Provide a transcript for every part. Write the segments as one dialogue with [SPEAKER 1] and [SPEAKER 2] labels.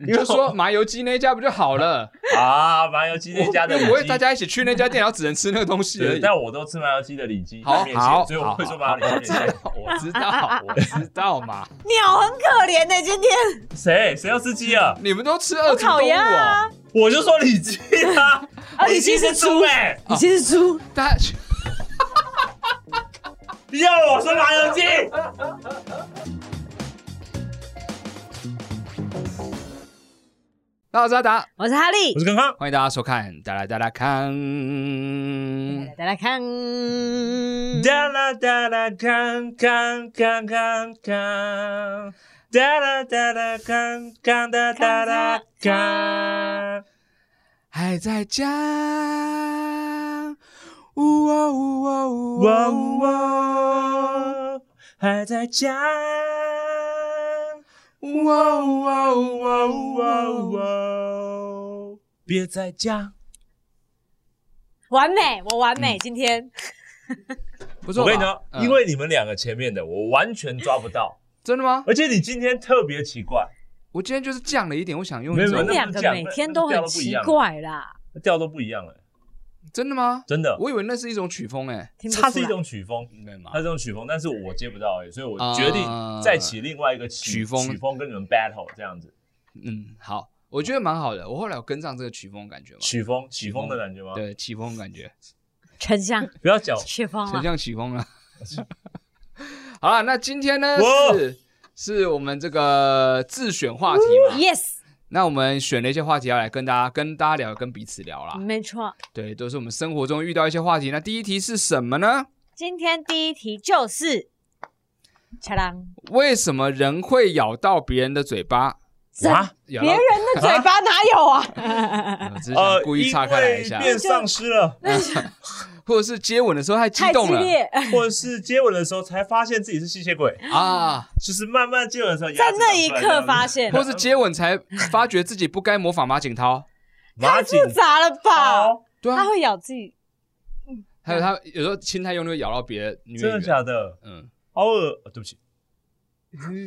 [SPEAKER 1] 你就说麻油鸡那家不就好了？
[SPEAKER 2] 啊，麻油鸡那家的里
[SPEAKER 1] 不会
[SPEAKER 2] 脊，
[SPEAKER 1] 大家一起去那家店，然后只能吃那个东西而
[SPEAKER 2] 对
[SPEAKER 1] 已。
[SPEAKER 2] 但我都吃麻油鸡的里脊
[SPEAKER 1] 好
[SPEAKER 2] 拌面
[SPEAKER 1] 好
[SPEAKER 2] 线，所以我会说麻油鸡面线。
[SPEAKER 1] 我知道，我知道嘛，
[SPEAKER 3] 鸟很可怜呢、今天
[SPEAKER 2] 谁谁要吃鸡啊？
[SPEAKER 1] 你们都吃二级动
[SPEAKER 3] 烤
[SPEAKER 1] 物
[SPEAKER 3] 鸭啊
[SPEAKER 1] 哦。，
[SPEAKER 2] 我就说里脊啊，
[SPEAKER 3] 啊
[SPEAKER 2] 里
[SPEAKER 3] 里
[SPEAKER 2] 脊
[SPEAKER 3] 脊
[SPEAKER 2] 是
[SPEAKER 3] 是
[SPEAKER 2] 猪
[SPEAKER 3] 猪
[SPEAKER 2] 哎，
[SPEAKER 3] 你先是猪，
[SPEAKER 1] 大家
[SPEAKER 2] 你要我说麻油鸡？
[SPEAKER 1] 大家好，我是阿达，
[SPEAKER 3] 我是哈利
[SPEAKER 2] 我，是刚刚
[SPEAKER 1] 欢迎大家收看，哒啦哒啦看。
[SPEAKER 3] 大家看，
[SPEAKER 2] 哒啦哒啦，看看看看看，哒啦哒啦，看看哒哒啦看。
[SPEAKER 1] 还在讲，呜哦呜哦呜
[SPEAKER 2] 哇
[SPEAKER 1] 哦
[SPEAKER 2] 呜
[SPEAKER 1] 呜哦
[SPEAKER 2] 哇，还在讲。
[SPEAKER 1] 呜哦呜哦呜
[SPEAKER 2] 哇
[SPEAKER 1] 哦
[SPEAKER 2] 呜
[SPEAKER 1] 呜
[SPEAKER 2] 哇
[SPEAKER 1] 哦
[SPEAKER 2] 呜
[SPEAKER 1] 呜哦。
[SPEAKER 2] 哇，别再讲。
[SPEAKER 3] 完美，我完美，今天
[SPEAKER 1] 不错
[SPEAKER 2] 我
[SPEAKER 1] 吧，
[SPEAKER 2] 跟你讲，
[SPEAKER 1] 嗯
[SPEAKER 2] 因为你们两个前面的我完全抓不到，
[SPEAKER 1] 真的吗？
[SPEAKER 2] 而且你今天特别奇怪，
[SPEAKER 1] 我今天就是降了一点，我想用
[SPEAKER 2] 没有
[SPEAKER 1] 一
[SPEAKER 2] 没有
[SPEAKER 1] 种
[SPEAKER 3] 你
[SPEAKER 2] 那
[SPEAKER 3] 两个每天都很奇怪啦，
[SPEAKER 2] 调都不一样了，
[SPEAKER 1] 真的吗？
[SPEAKER 2] 真的。
[SPEAKER 1] 我以为那是一种曲风哎，
[SPEAKER 3] 听不出
[SPEAKER 2] 它
[SPEAKER 3] 来
[SPEAKER 2] 是一种曲风，
[SPEAKER 1] 没有吗
[SPEAKER 2] 它是一种曲风，但是我接不到而已，所以我决定
[SPEAKER 1] 啊
[SPEAKER 2] 再起另外一个曲
[SPEAKER 1] 曲风
[SPEAKER 2] 曲风跟你们 battle 这样子，
[SPEAKER 1] 嗯，好，我觉得蛮好的。我后来有跟上这个曲风感觉嘛，
[SPEAKER 2] 曲风曲风的感觉吗？，
[SPEAKER 1] 对，起风感觉，
[SPEAKER 3] 丞相啊
[SPEAKER 2] 不要讲
[SPEAKER 3] 去风
[SPEAKER 1] 很
[SPEAKER 3] 了，
[SPEAKER 1] 像起风了。 好了，那今天呢
[SPEAKER 2] 哇
[SPEAKER 1] 是是我们这个自选话题嘛？
[SPEAKER 3] ，yes，
[SPEAKER 1] 那我们选了一些话题要来跟大家跟大家聊，跟彼此聊啦。
[SPEAKER 3] 没错。
[SPEAKER 1] 对，都是我们生活中遇到一些话题。那第一题是什么呢？
[SPEAKER 3] 今天第一题就是，恰啷，
[SPEAKER 1] 为什么人会咬到别人的嘴巴？
[SPEAKER 2] 啊，
[SPEAKER 1] 咬
[SPEAKER 3] 别
[SPEAKER 1] 到
[SPEAKER 3] 人的嘴巴哪有啊？
[SPEAKER 1] 我只是想故意岔开来一
[SPEAKER 2] 呃因
[SPEAKER 1] 下
[SPEAKER 2] 为，变丧尸了，
[SPEAKER 1] 或者是接吻的时候太激
[SPEAKER 3] 太
[SPEAKER 1] 动
[SPEAKER 3] 激
[SPEAKER 1] 了
[SPEAKER 3] 烈，
[SPEAKER 2] 或者是接吻的时候才发现自己是吸血鬼，
[SPEAKER 1] 啊，
[SPEAKER 2] 就是慢慢接吻的时候，
[SPEAKER 3] 在那一刻发
[SPEAKER 2] 现
[SPEAKER 3] 现，
[SPEAKER 1] 或是接吻才发觉自己不该模仿马景涛。
[SPEAKER 2] 马景
[SPEAKER 3] 复杂了吧？
[SPEAKER 2] 涛，
[SPEAKER 1] 对啊
[SPEAKER 3] 他，会咬自己，
[SPEAKER 1] 还有他有时候亲太用力会咬到别的女演
[SPEAKER 2] 真的
[SPEAKER 1] 员。
[SPEAKER 2] 假的？
[SPEAKER 1] 嗯，
[SPEAKER 2] 好恶，呃对不 起，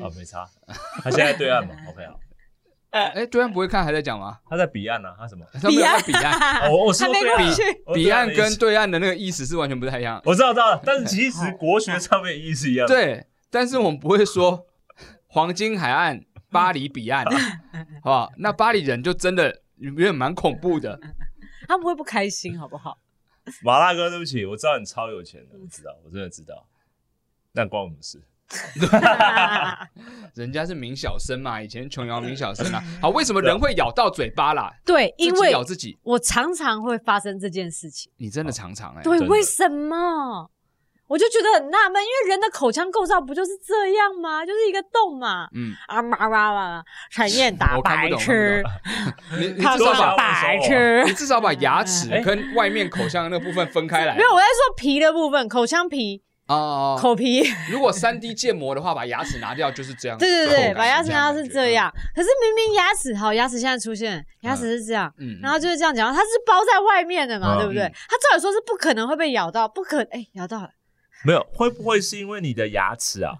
[SPEAKER 2] 啊，没差，他现在对岸嘛，OK 好，
[SPEAKER 1] 哎，对岸不会看还在讲吗？
[SPEAKER 2] 他在彼岸啊呢，他什么？
[SPEAKER 1] 他没有在啊彼 岸，
[SPEAKER 2] 哦我我是
[SPEAKER 3] 还
[SPEAKER 2] 说
[SPEAKER 3] 啊没
[SPEAKER 2] 对
[SPEAKER 3] 过
[SPEAKER 2] 岸，
[SPEAKER 3] 去，
[SPEAKER 2] 我对
[SPEAKER 1] 彼
[SPEAKER 2] 岸
[SPEAKER 1] 岸
[SPEAKER 2] 的意
[SPEAKER 1] 跟
[SPEAKER 2] 思
[SPEAKER 1] 对岸的那个意思是完全不太一样。
[SPEAKER 2] 我知道，我知道了，但是其实国学上面意思一样。，
[SPEAKER 1] 对，但是我们不会说黄金海岸、巴黎彼 岸，好不好？那巴黎人就真的有点蛮恐怖的。
[SPEAKER 3] 他们会不开心，好不好？
[SPEAKER 2] 麻辣哥，对不起，我知道你超有钱的，我知道，我真的知道。那关我们事？
[SPEAKER 1] 人家是名小生嘛，以前琼瑶名小生啊。好，为什么人会咬到嘴巴啦？
[SPEAKER 3] 对，因
[SPEAKER 1] 自己
[SPEAKER 3] 为
[SPEAKER 1] 咬自己，
[SPEAKER 3] 我常常会发生这件事情。
[SPEAKER 1] 你真的常常哎、
[SPEAKER 3] 对，
[SPEAKER 2] 真的
[SPEAKER 3] 为什么？我就觉得很纳闷，因为人的口腔构造不就是这样吗？就是一个洞嘛。
[SPEAKER 1] 嗯，
[SPEAKER 3] 啊嘛哇哇哇！陈燕 达
[SPEAKER 1] 我看
[SPEAKER 3] 白
[SPEAKER 1] 不懂
[SPEAKER 3] 痴，
[SPEAKER 1] 你你
[SPEAKER 3] 他
[SPEAKER 1] 至少
[SPEAKER 2] 说
[SPEAKER 1] 把
[SPEAKER 3] 说
[SPEAKER 2] 把
[SPEAKER 3] 白
[SPEAKER 1] 你
[SPEAKER 3] 痴。
[SPEAKER 1] 至少把牙齿
[SPEAKER 2] 哎
[SPEAKER 1] 跟外面口腔的那部分分开来。
[SPEAKER 3] 没有，我在说皮的部分，口腔皮、
[SPEAKER 1] 哦哦，哦
[SPEAKER 3] 口皮，
[SPEAKER 1] 如果三 D 建模的话，把牙齿拿掉就是这样。
[SPEAKER 3] 对对对，
[SPEAKER 1] 口感
[SPEAKER 3] 把牙齿
[SPEAKER 1] 这
[SPEAKER 3] 拿
[SPEAKER 1] 样
[SPEAKER 3] 到是
[SPEAKER 1] 感觉嗯
[SPEAKER 3] 这。样。可是明明牙齿好，牙齿现在出现，牙齿是这样，
[SPEAKER 1] 嗯，
[SPEAKER 3] 然后就是这样讲，它是包在外面的嘛，
[SPEAKER 2] 嗯
[SPEAKER 3] 对不对？
[SPEAKER 1] 嗯
[SPEAKER 3] 它照理说是不可能会被咬到，不可哎咬到了，
[SPEAKER 2] 没有，会不会是因为你的牙齿啊？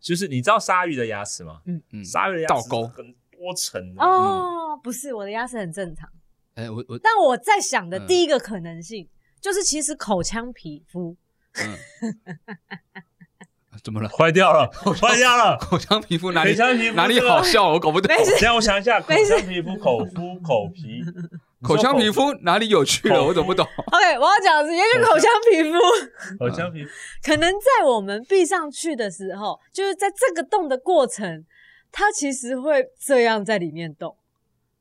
[SPEAKER 2] 就是你知道鲨鱼的牙齿吗？
[SPEAKER 1] 嗯，
[SPEAKER 2] 鲨鱼的牙齿
[SPEAKER 1] 倒钩
[SPEAKER 2] 很多层的。
[SPEAKER 3] 哦，不是，我的牙齿很正常。
[SPEAKER 1] 哎、我我
[SPEAKER 3] 但我在想的
[SPEAKER 1] 嗯
[SPEAKER 3] 第一个可能性、就是，其实口腔皮肤
[SPEAKER 1] 嗯，怎么了？
[SPEAKER 2] 坏掉了，坏掉了！
[SPEAKER 1] 口腔皮肤哪
[SPEAKER 2] 口
[SPEAKER 1] 里
[SPEAKER 2] 腔皮肤
[SPEAKER 1] 哪里
[SPEAKER 2] 这个
[SPEAKER 1] 好？笑？我搞不懂。
[SPEAKER 2] 等一下我想一下，口
[SPEAKER 3] 没事
[SPEAKER 2] 腔皮肤、口肤、口皮、
[SPEAKER 1] 口腔皮肤哪里有趣了？
[SPEAKER 2] 口
[SPEAKER 1] 我怎么不懂？
[SPEAKER 3] ，OK，我要讲的是，也就是口腔皮肤，
[SPEAKER 2] 口腔皮肤。
[SPEAKER 3] 可能在我们闭上去的时候，就是在这个动的过程，它其实会这样在里面动。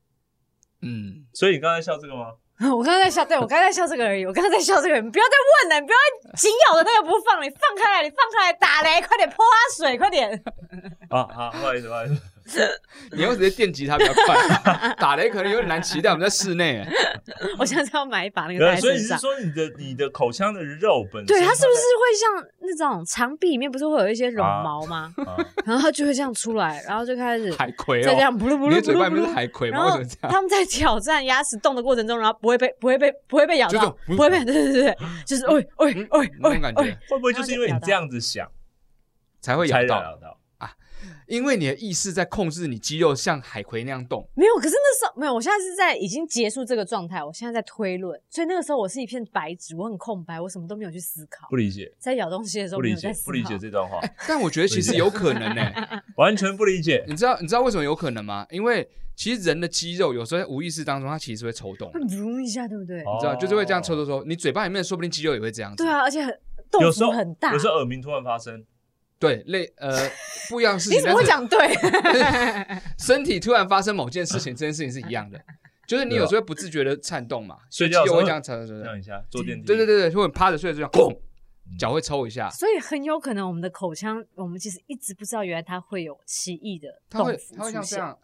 [SPEAKER 1] 嗯，
[SPEAKER 2] 所以你刚才笑这个吗？
[SPEAKER 3] 我刚刚在笑，对我刚刚在笑这个而已，我刚刚在笑这个人，你不要再问了，你不要紧咬的那个不放，你放开来，你放开来，打雷，快点泼他水，快点，
[SPEAKER 2] 啊啊，不好意思，不好意思。
[SPEAKER 1] 你要直接电击它比较 快，打雷可能有点难期待。我们在室 内，
[SPEAKER 3] 我现在要买一把那个戴
[SPEAKER 2] 呃
[SPEAKER 3] 在
[SPEAKER 2] 所以你
[SPEAKER 3] 身
[SPEAKER 2] 是
[SPEAKER 3] 上。
[SPEAKER 2] 说你的你的口腔的肉本身
[SPEAKER 3] 对，它是不是会像那种墙壁里面不是会有一些绒毛吗？
[SPEAKER 2] 它在？啊
[SPEAKER 3] 然后它就会这样出来，然后就开始
[SPEAKER 1] 海葵
[SPEAKER 3] 再这
[SPEAKER 1] 哦，
[SPEAKER 3] 样，不噜不
[SPEAKER 1] 你
[SPEAKER 3] 噜
[SPEAKER 1] 的
[SPEAKER 3] 不
[SPEAKER 1] 嘴
[SPEAKER 3] 噜
[SPEAKER 1] 巴
[SPEAKER 3] 不
[SPEAKER 1] 不是
[SPEAKER 3] 噜。
[SPEAKER 1] 海葵
[SPEAKER 3] 然
[SPEAKER 1] 吗？为
[SPEAKER 3] 后
[SPEAKER 1] 什么这样？
[SPEAKER 3] 他们在挑战牙齿动的过程中，然后不会被不会被不会被咬
[SPEAKER 1] 就这
[SPEAKER 3] 到
[SPEAKER 1] 种，
[SPEAKER 3] 不会被对对对对，就是喂喂
[SPEAKER 1] 嗯
[SPEAKER 3] 喂
[SPEAKER 1] 那种
[SPEAKER 3] 喂
[SPEAKER 1] 感
[SPEAKER 3] 喂
[SPEAKER 1] 觉，
[SPEAKER 2] 会不会就是因为你这样子想
[SPEAKER 1] 才会
[SPEAKER 2] 才
[SPEAKER 1] 咬
[SPEAKER 2] 咬
[SPEAKER 1] 到。
[SPEAKER 2] 到？
[SPEAKER 1] 因因为你的意识在控制你肌肉像海葵那样动。
[SPEAKER 3] 没有，可是那时候没有，我现在是在已经结束这个状态，我现在在推论，所以那个时候我是一片白纸，我很空白，我什么都没有去思考
[SPEAKER 2] 不，理解，
[SPEAKER 3] 在咬东西的时候
[SPEAKER 2] 不
[SPEAKER 3] 没
[SPEAKER 2] 理
[SPEAKER 3] 有在
[SPEAKER 2] 解
[SPEAKER 3] 思考，，
[SPEAKER 2] 不理解这段话，
[SPEAKER 1] 但我觉得 其实有可能呢、
[SPEAKER 2] 完全不理 解。
[SPEAKER 1] 你知道你知道为什么有可能吗？因为其实人的肌肉有时候在无意识当中，它其实会抽动的，
[SPEAKER 3] 会嗯嗡一下，对不对？
[SPEAKER 2] 哦
[SPEAKER 1] 你知道，就是会这样抽抽抽。你嘴巴里面说不定肌肉也会这样子。
[SPEAKER 3] 对啊，而且很动
[SPEAKER 2] 有时
[SPEAKER 3] 作
[SPEAKER 2] 候
[SPEAKER 3] 很大，
[SPEAKER 2] 有时候耳鸣突然发生，
[SPEAKER 1] 对，类呃不一样的事情。
[SPEAKER 3] 你怎么会
[SPEAKER 1] 但是
[SPEAKER 3] 讲对？
[SPEAKER 1] 身体突然发生某件事情，这件事情是一样的，就是你有时候会不自觉的颤动嘛，
[SPEAKER 2] 啊睡
[SPEAKER 1] 肌
[SPEAKER 2] 觉的时
[SPEAKER 1] 肉
[SPEAKER 2] 候
[SPEAKER 1] 会这样颤颤
[SPEAKER 2] 这
[SPEAKER 1] 颤。
[SPEAKER 2] 样一下坐电梯，
[SPEAKER 1] 对对，对对，如果你趴着睡着就这样，砰，脚会抽一下，
[SPEAKER 3] 所以很有可能我们的口腔，我们其实一直不知道原来它会有奇异的
[SPEAKER 1] 它
[SPEAKER 3] 动
[SPEAKER 1] 会
[SPEAKER 3] 幅
[SPEAKER 1] 它会
[SPEAKER 3] 出
[SPEAKER 1] 像这
[SPEAKER 3] 现，
[SPEAKER 1] 样，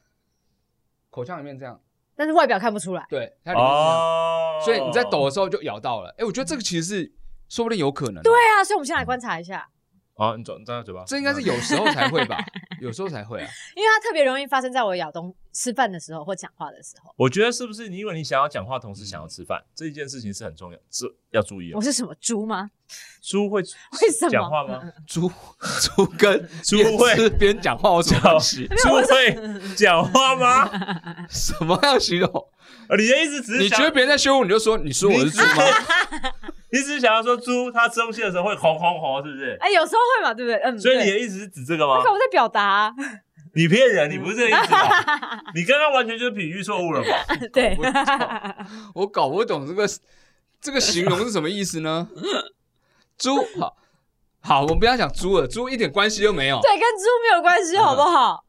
[SPEAKER 1] 口腔里面这样，
[SPEAKER 3] 但是外表看不出来。
[SPEAKER 1] 对，它里面是这样，
[SPEAKER 2] 哦，
[SPEAKER 1] 所以你在抖的时候就咬到了。哎，我觉得这个其实是说不定有可能，
[SPEAKER 3] 对，啊，所以我们先来观察一下，
[SPEAKER 2] 啊，你转张开嘴巴，嗯
[SPEAKER 1] 这应该是有时候才会 吧，有时候才会啊。
[SPEAKER 3] 因为它特别容易发生在我咬东吃饭的时候或讲话的时候。
[SPEAKER 2] 我觉得是不是你因为你想要讲话，同时想要吃饭，这一件事情是很重要，这要注意
[SPEAKER 3] 我
[SPEAKER 2] 哦。
[SPEAKER 3] 是什么猪吗？
[SPEAKER 2] 猪会
[SPEAKER 3] 为什么
[SPEAKER 2] 讲话吗？
[SPEAKER 1] 猪猪跟
[SPEAKER 2] 猪
[SPEAKER 1] 边
[SPEAKER 2] 会
[SPEAKER 1] 吃边讲话有什么 关系？
[SPEAKER 2] 猪会讲话吗？
[SPEAKER 1] 什么样形容？
[SPEAKER 2] 呃你的意思只是
[SPEAKER 1] 你觉得
[SPEAKER 2] 想，
[SPEAKER 1] 别人在羞辱你就说你说我是猪吗？
[SPEAKER 2] 你只是想要说猪它吃东西的时候会红红红，是不是？
[SPEAKER 3] 哎，有时候会嘛，对不对？嗯，
[SPEAKER 2] 所以你
[SPEAKER 3] 对
[SPEAKER 2] 的意思是指这个
[SPEAKER 3] 那个
[SPEAKER 2] 吗？
[SPEAKER 3] 我在表达啊，
[SPEAKER 2] 你骗人，你不是这个意思吧？你刚刚完全就是比喻错误了吧？
[SPEAKER 3] 对
[SPEAKER 1] 我，我搞不懂这个这个形容是什么意思呢？猪好，好，我们不要讲猪了，猪一点关系都没有。
[SPEAKER 3] 对，跟猪没有关系，好不好？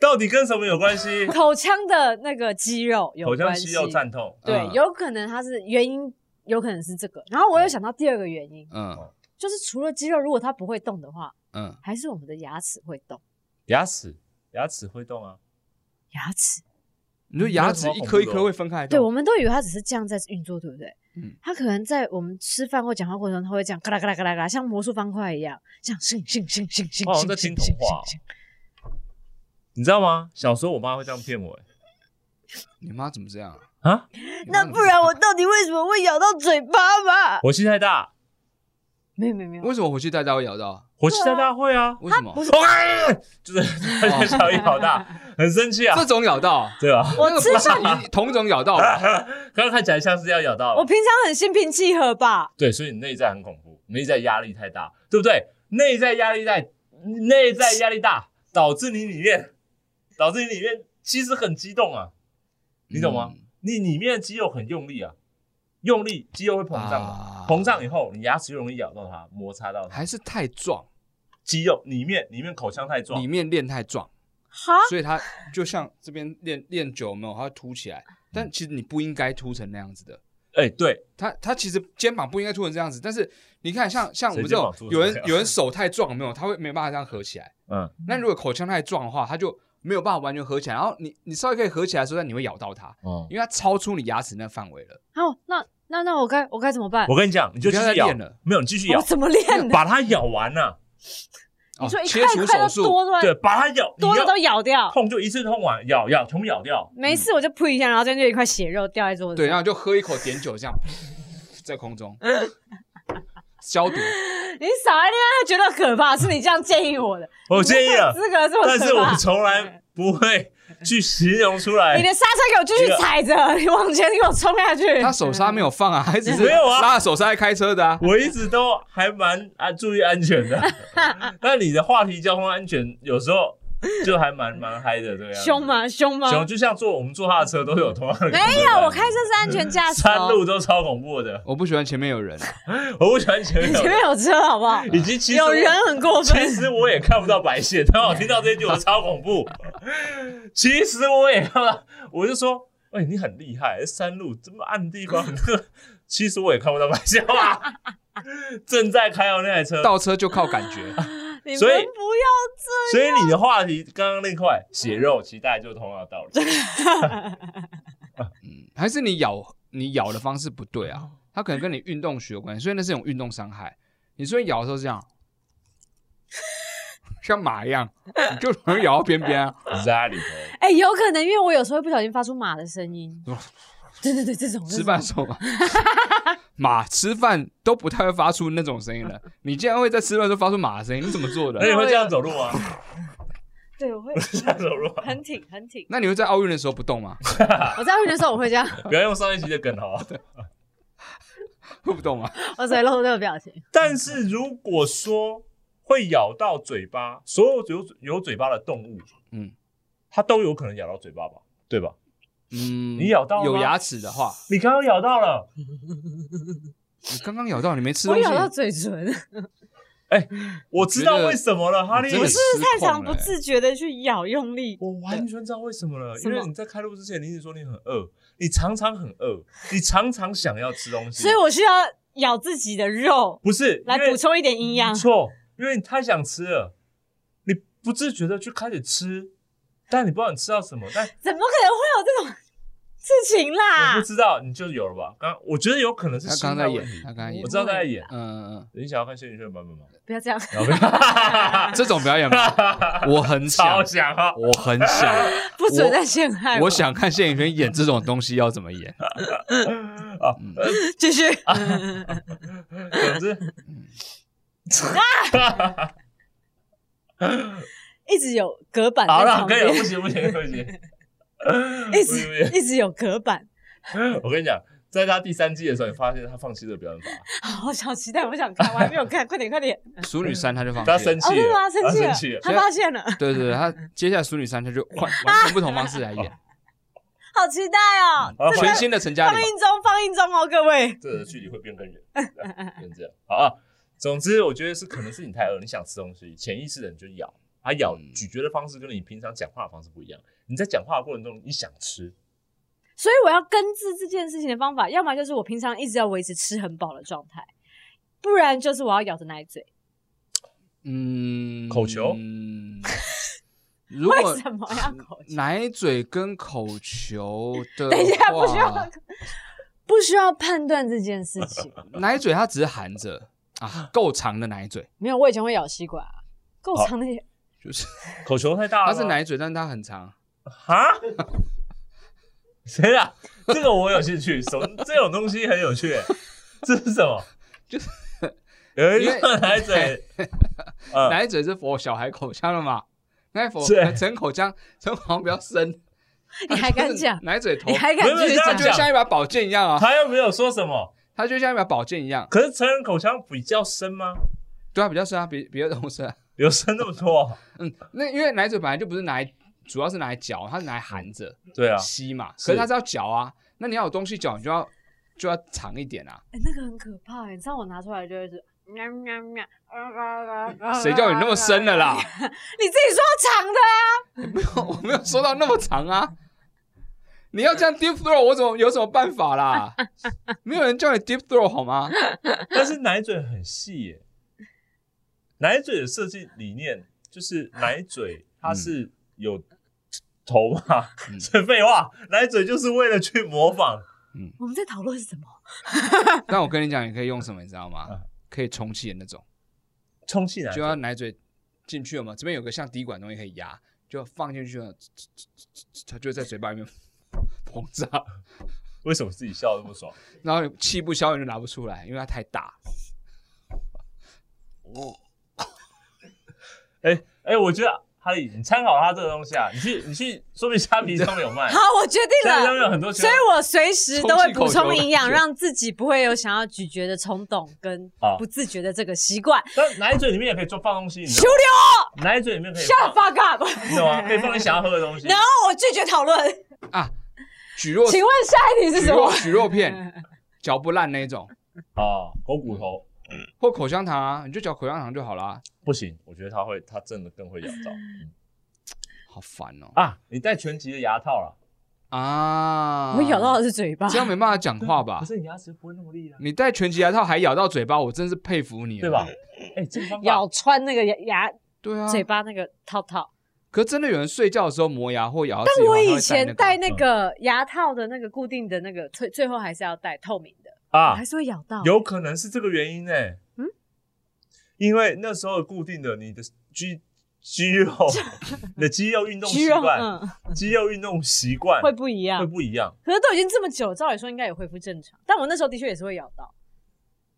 [SPEAKER 2] 到底跟什么有关
[SPEAKER 1] 嗯
[SPEAKER 2] 系？
[SPEAKER 3] 口腔的那个肌肉有
[SPEAKER 2] 口腔
[SPEAKER 3] 关系
[SPEAKER 2] 肌，肉颤痛，
[SPEAKER 3] 对，
[SPEAKER 1] 嗯
[SPEAKER 3] 有可能它是原因，有可能是这个。然后我又想到第二个原因，
[SPEAKER 1] 嗯
[SPEAKER 3] 就是除了肌肉，如果它不会动的话，
[SPEAKER 1] 嗯，
[SPEAKER 3] 还是我们的牙齿会动。
[SPEAKER 2] 牙齿牙齿会动啊，
[SPEAKER 3] 牙齿，
[SPEAKER 1] 你说牙齿一颗一颗会分开的
[SPEAKER 3] 对，我们都以为它只是这样在运作，对不对？
[SPEAKER 1] 嗯
[SPEAKER 3] 它可能在我们吃饭或讲话过程中，它会这样嘎啦嘎啦嘎啦嘎啦，像魔术方块一样，这样信信信信信
[SPEAKER 2] 我好像
[SPEAKER 3] 信
[SPEAKER 2] 在
[SPEAKER 3] 信
[SPEAKER 2] 听
[SPEAKER 3] 信
[SPEAKER 2] 童话哦
[SPEAKER 3] 信信
[SPEAKER 2] 你知道吗？小时候我妈会这样骗我、
[SPEAKER 1] 你妈怎么这样啊？
[SPEAKER 2] 欸、啊！
[SPEAKER 1] 你妈
[SPEAKER 3] 那
[SPEAKER 1] 怎么
[SPEAKER 3] 不然我到底为什么会咬到嘴巴嘛？
[SPEAKER 2] 火气太大，
[SPEAKER 3] 没有没有没有，
[SPEAKER 1] 为什么回去大家会咬到？
[SPEAKER 2] 火气太大会啊，
[SPEAKER 1] 为什么
[SPEAKER 3] 不？是
[SPEAKER 2] 哇就是小一好大，很生气啊
[SPEAKER 1] 这，种咬到，
[SPEAKER 2] 对吧？
[SPEAKER 1] 我
[SPEAKER 3] 吃
[SPEAKER 1] 上 同种咬到
[SPEAKER 2] 啊
[SPEAKER 1] 吧？
[SPEAKER 2] 刚刚看起来像是要咬到
[SPEAKER 3] 我
[SPEAKER 2] 了，
[SPEAKER 3] 平常很心平气和吧？
[SPEAKER 2] 对，所以你内在很恐怖，内在压力太大，对不对？内在压力大，内在压力大，导致你里面，导致你里面其实很激动啊，你懂
[SPEAKER 1] 嗯
[SPEAKER 2] 吗？你里面的肌肉很用力啊，用力肌肉会膨胀的，
[SPEAKER 1] 啊
[SPEAKER 2] 膨胀以后你牙齿就容易咬到它，摩擦到它，
[SPEAKER 1] 还是太壮，
[SPEAKER 2] 肌肉里面里面口腔太壮
[SPEAKER 1] 里，面练太壮，
[SPEAKER 3] 啊哈，
[SPEAKER 1] 所以它就像这边练练久没有，它会凸起来。但其实你不应该凸成那样子的，
[SPEAKER 2] 哎、对，
[SPEAKER 1] 它它其实肩膀不应该凸成这样子。但是你看像，像我们
[SPEAKER 2] 谁
[SPEAKER 1] 这
[SPEAKER 2] 肩
[SPEAKER 1] 种
[SPEAKER 2] 膀凸成
[SPEAKER 1] 有人
[SPEAKER 2] 这样
[SPEAKER 1] 有人手太壮，有没有，他会没办法这样合起来。
[SPEAKER 2] 嗯，
[SPEAKER 1] 那如果口腔太壮的话，它就没有办法完全合起来。然后你你稍微可以合起来的时候，但你会咬到它，
[SPEAKER 2] 哦，
[SPEAKER 1] 因为它超出你牙齿那范围了。
[SPEAKER 3] 好，那那那我该我该怎么办？
[SPEAKER 2] 我跟你讲，你就
[SPEAKER 1] 你不
[SPEAKER 2] 继
[SPEAKER 1] 要再
[SPEAKER 2] 续咬
[SPEAKER 1] 练了，
[SPEAKER 2] 没有，你继续咬
[SPEAKER 3] 我，怎么练的？
[SPEAKER 2] 把它咬完呐、
[SPEAKER 1] 哦
[SPEAKER 3] 你说，一
[SPEAKER 1] 切
[SPEAKER 3] 块一
[SPEAKER 1] 除
[SPEAKER 3] 块
[SPEAKER 1] 手
[SPEAKER 3] 都多
[SPEAKER 1] 术，
[SPEAKER 3] 出来，
[SPEAKER 2] 对，把它咬，你
[SPEAKER 3] 多的
[SPEAKER 2] 要
[SPEAKER 3] 都咬掉。
[SPEAKER 2] 痛就一次痛完，咬咬全部咬掉，
[SPEAKER 3] 没事，我就噗一下，然后这边就有一块血肉掉在桌子
[SPEAKER 1] 对，
[SPEAKER 3] 上。
[SPEAKER 1] 然后就喝一口碘酒，这样 在空 中消毒。
[SPEAKER 3] 你少在那边觉得可怕，是你这样建议我的。
[SPEAKER 2] 我建议了
[SPEAKER 3] 你没有资格这么
[SPEAKER 2] 但是
[SPEAKER 3] 可
[SPEAKER 2] 我
[SPEAKER 3] 怕。
[SPEAKER 2] 从来不会去形容出来
[SPEAKER 3] 你。的刹车给我继续踩着，你往前给我冲下去。
[SPEAKER 1] 他手刹没有 放啊，还只是
[SPEAKER 2] 没有啊
[SPEAKER 1] 拉着手刹在开车的啊。
[SPEAKER 2] 我一直都还蛮啊注意安全 的，但你的话题交通安全有时候就还蛮蛮嗨的，对啊。
[SPEAKER 3] 凶？吗？凶吗？
[SPEAKER 2] 凶，就像坐我们坐他的车都有同样的。
[SPEAKER 3] 没有，我开车是安全驾驶
[SPEAKER 2] 山
[SPEAKER 3] 哦。
[SPEAKER 2] 路都超恐怖的，
[SPEAKER 1] 我不喜欢前面有人，
[SPEAKER 2] 我不喜欢前面
[SPEAKER 3] 你
[SPEAKER 2] 有
[SPEAKER 3] 前面
[SPEAKER 2] 人，
[SPEAKER 3] 有车好不好？
[SPEAKER 2] 以及 其实
[SPEAKER 3] 有
[SPEAKER 2] 我
[SPEAKER 3] 人很过分
[SPEAKER 2] 其。实我也看不到白线，但我听到这一句我超恐怖。 其实我也看不到，我就说，哎、你很厉害，山路这么暗的地方， 其实我也看不到白线哇。正在开哦那台车，
[SPEAKER 1] 倒车就靠感觉。
[SPEAKER 3] 你们不
[SPEAKER 2] 所以
[SPEAKER 3] 要
[SPEAKER 2] 所以你的话题刚刚那块血肉，其实大概就是同样的道理。
[SPEAKER 1] 嗯，还是你咬你咬的方式不对啊，它可能跟你运动学有关系，所以那是一种运动伤害。你所以咬的时候是 这样，像马一样，你就容易咬到边边 啊。
[SPEAKER 2] 在里头，
[SPEAKER 3] 哎，有可能因为我有时候会不小心发出马的声音
[SPEAKER 1] 哦。
[SPEAKER 3] 对对对，这种
[SPEAKER 1] 吃饭的时候嘛，马吃饭都不太会发出那种声音的，你竟然会在吃饭的时候发出马的声音，你怎么做的
[SPEAKER 2] 那？你会这样走路吗？
[SPEAKER 3] 对， 我会
[SPEAKER 2] 下手如麻。
[SPEAKER 3] 很挺很挺。
[SPEAKER 1] 那你会在奥运的时候不动 吗？
[SPEAKER 3] 我在运的时候我会这样，
[SPEAKER 2] 不要用上一集的梗好不好？
[SPEAKER 1] 会不动啊？
[SPEAKER 3] 我只会露出这个表情。
[SPEAKER 2] 但是如果说会咬到嘴巴，所有有有嘴巴的动物，
[SPEAKER 1] 嗯
[SPEAKER 2] 它都有可能咬到嘴巴吧？对吧？
[SPEAKER 1] 嗯，
[SPEAKER 2] 你咬到吗
[SPEAKER 1] 有牙齿的话，
[SPEAKER 2] 你刚刚咬到了，
[SPEAKER 1] 你刚刚咬到，你没吃东
[SPEAKER 3] 我
[SPEAKER 1] 西，
[SPEAKER 3] 咬到嘴唇，
[SPEAKER 2] 我知道为什么了，哈利。
[SPEAKER 1] 真的失控
[SPEAKER 3] 太常
[SPEAKER 1] 了欸
[SPEAKER 2] 欸
[SPEAKER 3] 不自觉的去咬，用力。
[SPEAKER 2] 我完全知道为什么了，
[SPEAKER 3] 什
[SPEAKER 2] 因
[SPEAKER 3] 么
[SPEAKER 2] 为你在开录之前，你一直说你很饿，你常常很饿，你常常想要吃东西，
[SPEAKER 3] 所以我需要咬自己的肉
[SPEAKER 2] 不是
[SPEAKER 3] 来
[SPEAKER 2] 因为嗯
[SPEAKER 3] 补充一啊点营养。
[SPEAKER 2] 错，因为你太想吃了，你不自觉的去开始吃，但你不知道你吃到什么，但
[SPEAKER 3] 怎么可能会有这种事情
[SPEAKER 2] 我
[SPEAKER 3] 啦
[SPEAKER 2] 不？知道你就有了吧？刚我觉得有可能是
[SPEAKER 1] 他
[SPEAKER 2] 心
[SPEAKER 1] 刚刚
[SPEAKER 2] 态
[SPEAKER 1] 在
[SPEAKER 2] 问
[SPEAKER 1] 演
[SPEAKER 2] 题，，
[SPEAKER 1] 他刚刚在演
[SPEAKER 2] 我，知道他在演。
[SPEAKER 1] 嗯嗯
[SPEAKER 2] 你想要看谢宇轩的版本吗？
[SPEAKER 3] 不要这样，
[SPEAKER 2] 然后
[SPEAKER 1] 嗯，这种表演 吧，我很想
[SPEAKER 2] 超，想啊！
[SPEAKER 1] 我很想，
[SPEAKER 3] 不准再陷害
[SPEAKER 1] 我想看谢颖轩演这种东西要怎么 演。
[SPEAKER 2] 啊
[SPEAKER 1] 嗯
[SPEAKER 3] 继续。
[SPEAKER 2] 总之，
[SPEAKER 3] 一直有隔板
[SPEAKER 2] 好
[SPEAKER 3] 在
[SPEAKER 2] 了，
[SPEAKER 3] 旁
[SPEAKER 2] 可以了，不
[SPEAKER 3] 边，
[SPEAKER 2] 行不行不行，
[SPEAKER 3] 一
[SPEAKER 2] 不行不
[SPEAKER 3] 直
[SPEAKER 2] 行
[SPEAKER 3] 一直有隔板。
[SPEAKER 2] 我跟你讲，在他第三季的时候，你发现他放弃这个表演法，
[SPEAKER 3] 好，我想期待，我想看，我还没有看，快点快点！
[SPEAKER 1] 淑女三他就放
[SPEAKER 2] 他
[SPEAKER 1] 弃了
[SPEAKER 2] 生，气
[SPEAKER 3] 哦，真的
[SPEAKER 2] 了
[SPEAKER 3] 吗？，
[SPEAKER 2] 他
[SPEAKER 3] 生
[SPEAKER 2] 生
[SPEAKER 3] 气
[SPEAKER 2] 气
[SPEAKER 3] 了
[SPEAKER 2] 了，，
[SPEAKER 3] 他发现了，
[SPEAKER 1] 对对对，他接下来淑女三他就换完全不同方式来 演，
[SPEAKER 3] 好期待哦！
[SPEAKER 2] 啊
[SPEAKER 3] 这
[SPEAKER 1] 全
[SPEAKER 3] 个
[SPEAKER 1] 新的陈嘉
[SPEAKER 3] 放
[SPEAKER 1] 玲。
[SPEAKER 3] 映中，放映中哦，各位。
[SPEAKER 2] 这个距离会变更远，变这样好啊。总之，我觉得是可能是你太饿，你想吃东西，潜意识的你就咬，啊咬
[SPEAKER 1] 嗯
[SPEAKER 2] 咀嚼的方式跟你平常讲话的方式不一样。你在讲话的过程中，你想吃，
[SPEAKER 3] 所以我要根治这件事情的方法，要么就是我平常一直要维持吃很饱的状态，不然就是我要咬着奶嘴。
[SPEAKER 1] 嗯，
[SPEAKER 2] 口球
[SPEAKER 1] 嗯，如
[SPEAKER 3] 为
[SPEAKER 1] 果
[SPEAKER 3] 什么要口 气？
[SPEAKER 1] 奶嘴跟口球的话，
[SPEAKER 3] 等一下，不需要，不需要判断这件事 情。
[SPEAKER 1] 奶嘴，它只是含着 啊，够长的奶嘴，
[SPEAKER 3] 没有，我以前会咬吸管啊，够长
[SPEAKER 1] 哦
[SPEAKER 3] 的也。
[SPEAKER 1] 就是
[SPEAKER 2] 口球太大
[SPEAKER 1] 它
[SPEAKER 2] 了。
[SPEAKER 1] 是奶嘴，但它很长。
[SPEAKER 2] 啊？谁啊？这个我有兴趣，什么这种东西很有趣、欸，这是什么？
[SPEAKER 1] 就是
[SPEAKER 2] 有一
[SPEAKER 1] 因为
[SPEAKER 2] 个 奶嘴，
[SPEAKER 3] 嗯
[SPEAKER 2] 呃，
[SPEAKER 1] 奶嘴是佛小孩口腔的嘛？那佛
[SPEAKER 2] 是
[SPEAKER 1] 成口腔，成口腔比较深。？
[SPEAKER 3] 你 还敢讲
[SPEAKER 1] 奶嘴头
[SPEAKER 3] 你，还敢继续
[SPEAKER 1] 它
[SPEAKER 2] 这样
[SPEAKER 3] 讲
[SPEAKER 1] 就？会像一把宝剑一样啊，
[SPEAKER 2] 他又没有说什么。
[SPEAKER 1] 它就像一把宝剑一样，
[SPEAKER 2] 可是成人口腔比较深吗？
[SPEAKER 1] 对啊，比较深啊，比比儿童深啊。
[SPEAKER 2] 有深那么多啊、
[SPEAKER 1] 嗯，那因为奶嘴本来就不是拿来，主要是拿来嚼，它是拿来含着
[SPEAKER 3] 嗯
[SPEAKER 2] 对啊，
[SPEAKER 1] 吸嘛。
[SPEAKER 2] 是
[SPEAKER 1] 可是它是要嚼啊，那你要有东西嚼，你就要就要长一点啊。
[SPEAKER 3] 哎、那个很可怕、欸，你知道我拿出来就是喵喵喵， 啊
[SPEAKER 1] 谁叫你那么深的 啦？？
[SPEAKER 3] 你自己说长的啊，
[SPEAKER 1] 没有， 我没有说到那么长啊。你要这样 deep throw，我怎么有什么办法 啦？没有人叫你 deep throw 好吗？
[SPEAKER 2] 但是奶嘴很细耶、奶嘴的设计理念就是奶嘴它是有头嘛，
[SPEAKER 1] 啊嗯
[SPEAKER 2] 所以废话，奶嘴就是为了去模仿。
[SPEAKER 3] 我们在讨论什么？
[SPEAKER 1] 但我跟你讲，你可以用什么，你知道吗
[SPEAKER 2] 嗯？
[SPEAKER 1] 可以充气的那种，
[SPEAKER 2] 充气奶
[SPEAKER 1] 就
[SPEAKER 2] 嘴
[SPEAKER 1] 要奶嘴进去了嘛。这边有个像滴管的东西可以压，就放进去了，它就在嘴巴里面膨胀，
[SPEAKER 2] 为什么自己笑得那么爽？
[SPEAKER 1] 然后你气不消你就拿不出来，因为它太大。
[SPEAKER 2] 哎、哎、我觉得哈利，你参考他这个东西啊，你去你去，说明虾皮上面有
[SPEAKER 1] 哎
[SPEAKER 2] 卖
[SPEAKER 3] 好，，我决定
[SPEAKER 2] 虾皮上
[SPEAKER 3] 了
[SPEAKER 2] 面。有很多钱
[SPEAKER 3] 所以我随时都会补充
[SPEAKER 1] 充气
[SPEAKER 3] 营
[SPEAKER 1] 口
[SPEAKER 3] 养，
[SPEAKER 1] 球
[SPEAKER 3] 让自己不会有想要咀嚼的冲动跟
[SPEAKER 2] 啊
[SPEAKER 3] 不自觉的这个习惯。
[SPEAKER 2] 但奶嘴里面也可以做放东西，你知
[SPEAKER 3] 求
[SPEAKER 2] 道
[SPEAKER 3] 留
[SPEAKER 1] 哦
[SPEAKER 2] 吗奶嘴里面可以
[SPEAKER 3] 下
[SPEAKER 2] 放，
[SPEAKER 3] fuck up，
[SPEAKER 1] 哎
[SPEAKER 2] 你懂吗？可以放你想要喝的东西。
[SPEAKER 3] 然后我拒绝讨论。
[SPEAKER 1] 啊，举弱
[SPEAKER 3] 请问下一题是
[SPEAKER 1] 举
[SPEAKER 3] 什么
[SPEAKER 1] 弱？举弱片，嚼不烂那种，
[SPEAKER 2] 啊，狗骨头
[SPEAKER 1] 或口香糖啊，你就嚼口香糖就好啦。
[SPEAKER 2] 不行，我觉得他会，他真的更会咬 到。嗯
[SPEAKER 1] 好烦哦
[SPEAKER 2] 啊，你戴全集的牙套了，
[SPEAKER 1] 啊！
[SPEAKER 3] 我咬到的是嘴 巴
[SPEAKER 1] 这。样没办法讲话吧
[SPEAKER 2] 可？是你牙齿不会那么利啊，
[SPEAKER 1] 你戴拳击牙套还咬到嘴巴，我真是佩服你，
[SPEAKER 2] 对吧？？哎，这个方法
[SPEAKER 3] 咬穿那个牙牙
[SPEAKER 1] 对啊，
[SPEAKER 3] 嘴巴那个套套，
[SPEAKER 1] 可真的有人睡觉的时候磨牙或咬到自己
[SPEAKER 3] 但
[SPEAKER 1] 的话，
[SPEAKER 3] 我
[SPEAKER 1] 他
[SPEAKER 3] 以
[SPEAKER 1] 会
[SPEAKER 3] 前
[SPEAKER 1] 戴
[SPEAKER 3] 戴
[SPEAKER 1] 那个嗯
[SPEAKER 3] 那个牙套的那个固定的那个，最最后还是要戴透明的，我
[SPEAKER 2] 啊
[SPEAKER 3] 还，是会咬到。
[SPEAKER 2] 有可能是这个原因呢。
[SPEAKER 3] 嗯
[SPEAKER 2] 嗯，因为那时候固定的你的肌肌 肉，你的肌肉运动
[SPEAKER 3] 肌
[SPEAKER 2] 习
[SPEAKER 3] 肉，
[SPEAKER 2] 惯，
[SPEAKER 3] 嗯，
[SPEAKER 2] 肌肉运动习惯
[SPEAKER 3] 会不一
[SPEAKER 2] 会
[SPEAKER 3] 样。
[SPEAKER 2] 不一样。
[SPEAKER 3] 可是都已经这么久，照理说应该也恢复正常，但我那时候的确也是会咬到，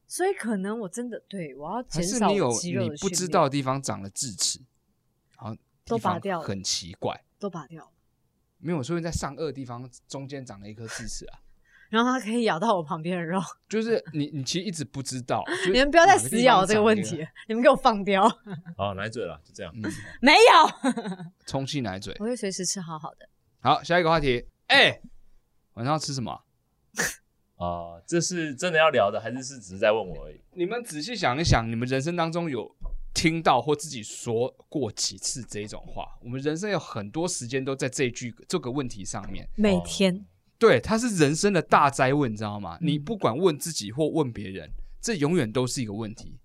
[SPEAKER 3] 所以可能我真的对我要
[SPEAKER 1] 还
[SPEAKER 3] 减
[SPEAKER 1] 是
[SPEAKER 3] 少
[SPEAKER 1] 你有
[SPEAKER 3] 我肌肉
[SPEAKER 1] 你
[SPEAKER 3] 的
[SPEAKER 1] 不
[SPEAKER 3] 训
[SPEAKER 1] 知
[SPEAKER 3] 练
[SPEAKER 1] 道的地方长了智齿，好，地
[SPEAKER 3] 都拔
[SPEAKER 1] 方
[SPEAKER 3] 掉了
[SPEAKER 1] 很奇怪。
[SPEAKER 3] 都拔掉了，
[SPEAKER 1] 没有，所以在上颚地方中间长了一颗智齿啊，
[SPEAKER 3] 然后它可以咬到我旁边的肉。
[SPEAKER 1] 就是你你其实一直不知 道。就是
[SPEAKER 3] 你们 不要再
[SPEAKER 1] 哪个地
[SPEAKER 3] 死咬
[SPEAKER 1] 方
[SPEAKER 3] 这个
[SPEAKER 1] 长
[SPEAKER 3] 问
[SPEAKER 1] 一
[SPEAKER 3] 题，你们给我放掉。
[SPEAKER 2] 好，奶嘴了，就这样。
[SPEAKER 1] 嗯，
[SPEAKER 3] 没有，
[SPEAKER 1] 充气奶嘴。
[SPEAKER 3] 我会随时吃好好的。
[SPEAKER 1] 好，下一个话题，哎、晚上要吃什么啊？
[SPEAKER 2] 啊，这是真的要聊的，还是是只是在问我而已？
[SPEAKER 1] 你们仔细想一想，你们人生当中有听到或自己说过几次这种话？我们人生有很多时间都在这一句这个问题上面。
[SPEAKER 3] 每天
[SPEAKER 1] 对，它是人生的大灾问，你知道吗？你不管问自己或问别人，这永远都是一个问题。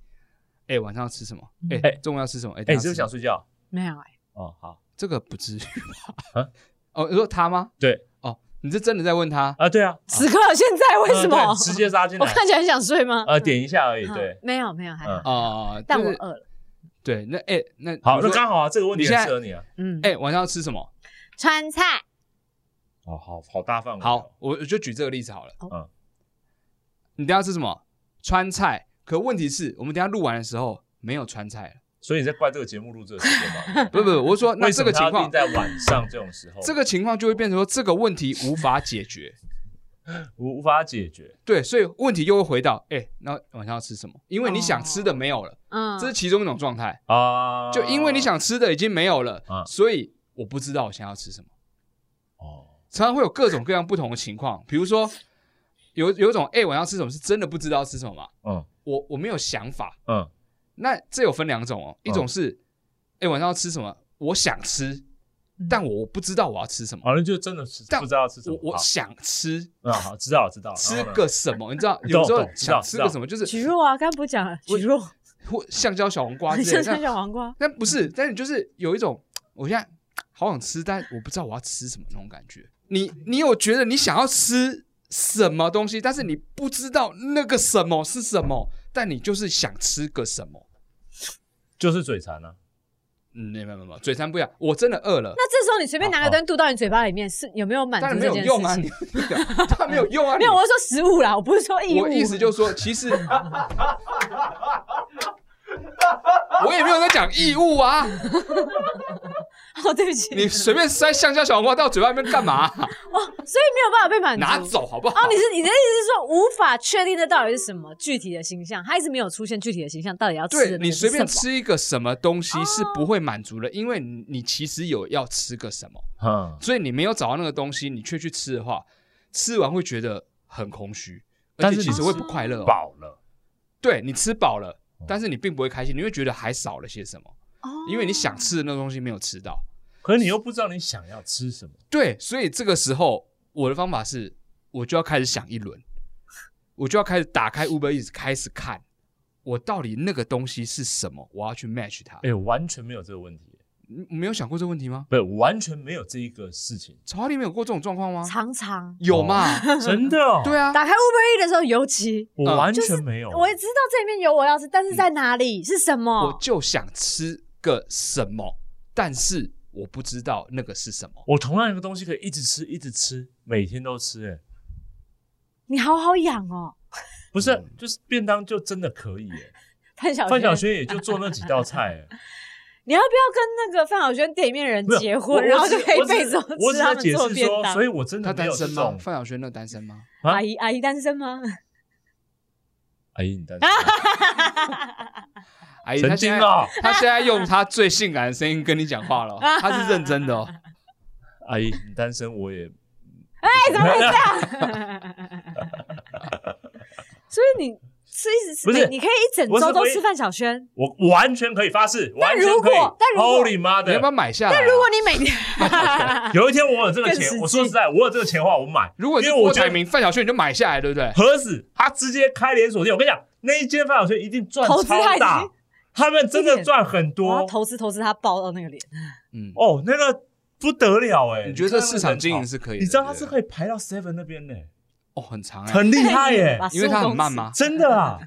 [SPEAKER 1] 哎、晚上要吃什么？哎、
[SPEAKER 2] 哎
[SPEAKER 1] 中午要吃什么？哎、
[SPEAKER 2] 哎，
[SPEAKER 1] 等
[SPEAKER 2] 你
[SPEAKER 1] 一
[SPEAKER 2] 是
[SPEAKER 1] 下
[SPEAKER 2] 不是
[SPEAKER 1] 吃什么
[SPEAKER 2] 想睡觉？
[SPEAKER 3] 没有哎，
[SPEAKER 2] 哦，好，
[SPEAKER 1] 这个不至于吧
[SPEAKER 2] 啊？
[SPEAKER 1] 哦，你说他吗？
[SPEAKER 2] 对
[SPEAKER 1] 哦，你是真的在问他？
[SPEAKER 2] 啊，对啊，
[SPEAKER 3] 此刻现在为什
[SPEAKER 2] 呃
[SPEAKER 3] 么
[SPEAKER 1] 哦
[SPEAKER 2] 对？直接杀进
[SPEAKER 3] 我
[SPEAKER 2] 来？
[SPEAKER 3] 看起来很想睡吗？
[SPEAKER 2] 呃，点一下而已，
[SPEAKER 3] 嗯
[SPEAKER 2] 对。
[SPEAKER 3] 没有没有还好
[SPEAKER 2] 嗯，
[SPEAKER 1] 哦、
[SPEAKER 3] 但
[SPEAKER 1] 就
[SPEAKER 3] 我
[SPEAKER 1] 是
[SPEAKER 3] 饿了。
[SPEAKER 1] 对，那哎、那
[SPEAKER 2] 好，
[SPEAKER 1] 比
[SPEAKER 2] 那
[SPEAKER 1] 如说
[SPEAKER 2] 刚好啊，这个问题
[SPEAKER 1] 你现
[SPEAKER 2] 很
[SPEAKER 1] 在
[SPEAKER 2] 适合你啊。
[SPEAKER 3] 嗯，
[SPEAKER 1] 哎、晚上要吃什么？
[SPEAKER 3] 川菜
[SPEAKER 2] 哦，好好大范围哦。
[SPEAKER 1] 好，我我就举这个例子好了。
[SPEAKER 2] 嗯
[SPEAKER 1] 你等一下吃什么？川菜。可问题是我们等一下录完的时候没有川菜了。
[SPEAKER 2] 所以你在怪这个节目录制的时间 吗？
[SPEAKER 1] 不不，我是说那
[SPEAKER 2] 为
[SPEAKER 1] 这
[SPEAKER 2] 什
[SPEAKER 1] 个
[SPEAKER 2] 么
[SPEAKER 1] 情
[SPEAKER 2] 它要
[SPEAKER 1] 况
[SPEAKER 2] 定，在晚上这种时候？
[SPEAKER 1] 这个情况就会变成说这个问题无法解决。
[SPEAKER 2] 无无法解决。
[SPEAKER 1] 对，所以问题又会回到，哎、那晚上要吃什么？因为你想吃的没有了，
[SPEAKER 3] 嗯，
[SPEAKER 1] 这是其中一种状态。
[SPEAKER 2] 啊，
[SPEAKER 1] 就因为你想吃的已经没有了，
[SPEAKER 2] 啊
[SPEAKER 1] 所以我不知道我现在要吃什么。
[SPEAKER 2] 哦，
[SPEAKER 1] 常常会有各种各样不同的情况，比如说有有一种哎、晚上吃什么是真的不知道吃什么嘛，
[SPEAKER 2] 嗯
[SPEAKER 1] 我我没有想法。
[SPEAKER 2] 嗯
[SPEAKER 1] 那这有分两种哦，一种是哎、晚上要吃什么，我想吃，但我不知道我要吃什么，
[SPEAKER 2] 好像就真的是
[SPEAKER 1] 但
[SPEAKER 2] 不知道吃什么
[SPEAKER 1] 我。我
[SPEAKER 2] 哦好
[SPEAKER 1] 想吃。
[SPEAKER 2] 嗯，好，知道了知道了。
[SPEAKER 1] 吃
[SPEAKER 2] 然后呢
[SPEAKER 1] 个什么？你知道，
[SPEAKER 2] 懂
[SPEAKER 1] 有时候
[SPEAKER 2] 懂知
[SPEAKER 1] 想
[SPEAKER 2] 道
[SPEAKER 1] 吃个什么，就是
[SPEAKER 3] 菊肉啊，刚不讲了，菊肉，
[SPEAKER 1] 或橡胶小黄瓜之类
[SPEAKER 3] 像
[SPEAKER 1] 的。
[SPEAKER 3] 像
[SPEAKER 1] 但
[SPEAKER 3] 小 黄瓜，
[SPEAKER 1] 但不是，但你就是有一种，我现在好想吃，但我不知道我要吃什么那种感觉。你你有觉得你想要吃什么东西，但是你不知道那个什么是什么，但你就是想吃个什么。
[SPEAKER 2] 就是嘴馋啊。
[SPEAKER 1] 嗯，没有没有没有，嘴馋不一样。我真的饿了，
[SPEAKER 3] 那这时候你随便拿个灯渡到你嘴巴里面，是有没有满
[SPEAKER 1] 哦当然没
[SPEAKER 3] 足这
[SPEAKER 1] 有
[SPEAKER 3] 件
[SPEAKER 1] 用啊，
[SPEAKER 3] 事
[SPEAKER 1] 你
[SPEAKER 3] 情？
[SPEAKER 1] 当然没有用啊，
[SPEAKER 3] 没有，我是说食物啦，我不是说
[SPEAKER 1] 你
[SPEAKER 3] 义务。
[SPEAKER 1] 我意思就是说，其实我也没有在讲义务啊，
[SPEAKER 3] 哦，对不起，
[SPEAKER 1] 你随便塞橡胶小黄瓜到嘴巴里面干 嘛、
[SPEAKER 3] 所以没有办法被满足。
[SPEAKER 1] 拿走好不好？
[SPEAKER 3] 哦，你是你的意思是说无法确定这到底是什么具体的形象，它一直没有出现具体的形象，到底要吃
[SPEAKER 1] 对
[SPEAKER 3] 的
[SPEAKER 1] 你随便吃一个什么东西
[SPEAKER 3] 哦
[SPEAKER 1] 是不会满足的，因为你你其实有要吃个什么，
[SPEAKER 2] 嗯，
[SPEAKER 1] 所以你没有找到那个东西，你却去吃的话，吃完会觉得很空虚，而
[SPEAKER 2] 但
[SPEAKER 1] 且
[SPEAKER 2] 是
[SPEAKER 1] 其
[SPEAKER 2] 你
[SPEAKER 1] 实会
[SPEAKER 2] 吃
[SPEAKER 1] 不快乐、哦。
[SPEAKER 2] 饱嗯了。
[SPEAKER 1] 对你吃饱了，但是你并不会开心，你会觉得还少了些什么，
[SPEAKER 3] 哦，
[SPEAKER 1] 因为你想吃的那东西没有吃到。
[SPEAKER 2] 可是你又不知道你想要吃什么，
[SPEAKER 1] 对，所以这个时候我的方法是，我就要开始想一轮，我就要开始打开 Uber Eats 开始看，我到底那个东西是什么，我要去 match 它。
[SPEAKER 2] 哎，完全没有这个问题，
[SPEAKER 1] 你你没有想过这个问题吗？
[SPEAKER 2] 不是完全没有这一个 事情，
[SPEAKER 1] 朝里面有过这种状况吗？
[SPEAKER 3] 常常
[SPEAKER 1] 有嘛？
[SPEAKER 2] 真的哦，
[SPEAKER 1] 对啊，
[SPEAKER 3] 打开 Uber E 的时候，尤其
[SPEAKER 2] 我完全没有，
[SPEAKER 3] 我也知道这里面有我要吃，但是
[SPEAKER 2] 嗯
[SPEAKER 3] 在哪里、是什
[SPEAKER 1] 我
[SPEAKER 3] 么？
[SPEAKER 1] 就想吃个什么，但是我不知道那个是什么。
[SPEAKER 2] 我同样一个东西可以一直吃，一直吃，每天都吃、哎，
[SPEAKER 3] 你好好养哦，
[SPEAKER 2] 不是，
[SPEAKER 1] 嗯
[SPEAKER 2] 就是便当就真的可以、哎，
[SPEAKER 3] 范晓
[SPEAKER 2] 范晓
[SPEAKER 3] 萱，
[SPEAKER 2] 萱也就做那几道菜、哎，
[SPEAKER 3] 你要不要跟那个范晓萱店里面的人
[SPEAKER 2] 没有
[SPEAKER 3] 结
[SPEAKER 2] 我
[SPEAKER 3] 婚，然后
[SPEAKER 2] 我只
[SPEAKER 3] 就可以背着
[SPEAKER 2] 我
[SPEAKER 3] 吃
[SPEAKER 2] 只在
[SPEAKER 3] 他们
[SPEAKER 2] 解
[SPEAKER 3] 做
[SPEAKER 2] 释
[SPEAKER 3] 便
[SPEAKER 2] 说，
[SPEAKER 3] 当
[SPEAKER 2] 所？以我真
[SPEAKER 1] 他
[SPEAKER 2] 的没
[SPEAKER 1] 单
[SPEAKER 2] 有这
[SPEAKER 1] 身吗
[SPEAKER 2] 种？
[SPEAKER 1] 范晓萱那单身吗？
[SPEAKER 2] 啊
[SPEAKER 3] 阿姨阿姨单身吗？ 哎
[SPEAKER 2] 阿姨，你单身吗
[SPEAKER 1] 阿姨，哎他现
[SPEAKER 2] 神经
[SPEAKER 1] 在
[SPEAKER 2] 啊，
[SPEAKER 1] 他现在用他最性感的声音跟你讲话了哦，他是认真的哦。
[SPEAKER 2] 阿姨，你单身我也，
[SPEAKER 3] 哎，怎么会这样？ 所以你吃一直
[SPEAKER 2] 不是
[SPEAKER 3] 你你可以一整
[SPEAKER 2] 我是
[SPEAKER 3] 周都
[SPEAKER 2] 回
[SPEAKER 3] 吃范晓萱。
[SPEAKER 2] 我完全可以发誓，完全
[SPEAKER 3] 如
[SPEAKER 2] 可以
[SPEAKER 3] 果但如果
[SPEAKER 2] ，Holy 妈
[SPEAKER 1] 你要
[SPEAKER 2] 的
[SPEAKER 1] 不要！买下
[SPEAKER 2] 哎
[SPEAKER 1] 来啊？
[SPEAKER 3] 如果你每天
[SPEAKER 2] 有一天我有这个
[SPEAKER 3] 更实际
[SPEAKER 2] 钱，我说实在，我有这个钱的话，我买。
[SPEAKER 1] 如果
[SPEAKER 2] 因
[SPEAKER 1] 是
[SPEAKER 2] 为我
[SPEAKER 1] 郭
[SPEAKER 2] 觉
[SPEAKER 1] 台
[SPEAKER 2] 得哎
[SPEAKER 1] 铭、范晓萱，你就买下来，对不对？
[SPEAKER 2] 何止他直接开连锁店，我跟你讲，那一间范晓萱一定赚
[SPEAKER 3] 投资他
[SPEAKER 2] 超
[SPEAKER 3] 已
[SPEAKER 2] 大
[SPEAKER 3] 经，
[SPEAKER 2] 他们真
[SPEAKER 3] 一
[SPEAKER 2] 的
[SPEAKER 3] 点
[SPEAKER 2] 赚很
[SPEAKER 3] 我
[SPEAKER 2] 多
[SPEAKER 3] 要。投资投资他爆到那个脸，
[SPEAKER 1] 嗯，
[SPEAKER 2] 哦，那个不得了哎、
[SPEAKER 1] 你觉得这
[SPEAKER 2] 看那个
[SPEAKER 1] 市场
[SPEAKER 2] 人潮
[SPEAKER 1] 经营是可以的？
[SPEAKER 2] 你知道它是
[SPEAKER 1] 对不
[SPEAKER 2] 可以排到 Seven 那边的、
[SPEAKER 1] 对哦，很长哎，
[SPEAKER 2] 很厉害 耶、
[SPEAKER 3] 把
[SPEAKER 1] 因为他
[SPEAKER 3] 15
[SPEAKER 1] 很慢吗？
[SPEAKER 2] 真的啊，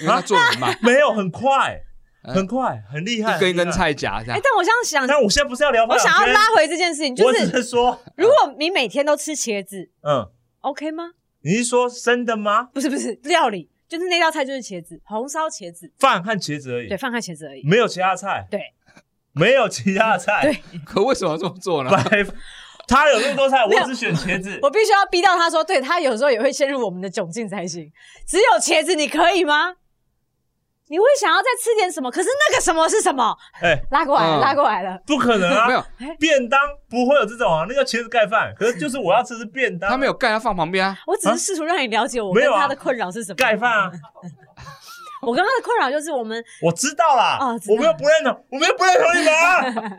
[SPEAKER 1] 因为他做得很 慢，
[SPEAKER 2] 没有很快，
[SPEAKER 1] 嗯
[SPEAKER 2] 很快，很厉害，
[SPEAKER 1] 一根一根
[SPEAKER 2] 很厉害。
[SPEAKER 1] 菜夹这
[SPEAKER 3] 公司？哎
[SPEAKER 1] 样，。
[SPEAKER 3] 但我想想，
[SPEAKER 2] 但我现在不是要聊
[SPEAKER 3] 我
[SPEAKER 2] 范晓
[SPEAKER 3] 想
[SPEAKER 2] 萱，
[SPEAKER 3] 要拉回这件事情，就
[SPEAKER 2] 我只
[SPEAKER 3] 是
[SPEAKER 2] 是说，
[SPEAKER 3] 如果你每天都吃茄子
[SPEAKER 2] 嗯，
[SPEAKER 3] ，OK 吗？
[SPEAKER 2] 你是说生的吗？
[SPEAKER 3] 不是不是，料理就是那道菜就是茄子，红烧茄子，
[SPEAKER 2] 饭和茄子而已
[SPEAKER 3] 对，，放开茄子而已。
[SPEAKER 2] 没有其他菜。
[SPEAKER 3] 对，
[SPEAKER 2] 没有其他的菜，
[SPEAKER 3] 对
[SPEAKER 1] 可为什么要这么做呢？
[SPEAKER 2] 百分他有那么多 菜，我只选茄子。
[SPEAKER 3] 我必须要逼到他说，对他有时候也会陷入我们的窘境才行。只有茄子，你可以吗？你会想要再吃点什么？可是那个什么是什么？
[SPEAKER 2] 哎，
[SPEAKER 3] 拉过来了，
[SPEAKER 1] 嗯
[SPEAKER 3] 拉过来了。
[SPEAKER 2] 不可能啊！
[SPEAKER 1] 没有，哎
[SPEAKER 2] 便当不会有这种啊，那叫茄子盖饭。可是就是我要吃的是便当，
[SPEAKER 1] 他没有盖，他放旁 边啊。
[SPEAKER 3] 我只是试图让你了解我
[SPEAKER 2] 没
[SPEAKER 3] 跟
[SPEAKER 2] 有啊
[SPEAKER 3] 他的困扰是什么。
[SPEAKER 2] 盖饭啊，
[SPEAKER 3] 我跟他的困扰就是我们
[SPEAKER 2] 我知道啦，
[SPEAKER 3] 哦知道
[SPEAKER 2] 我没有不认同，我没有不认同你们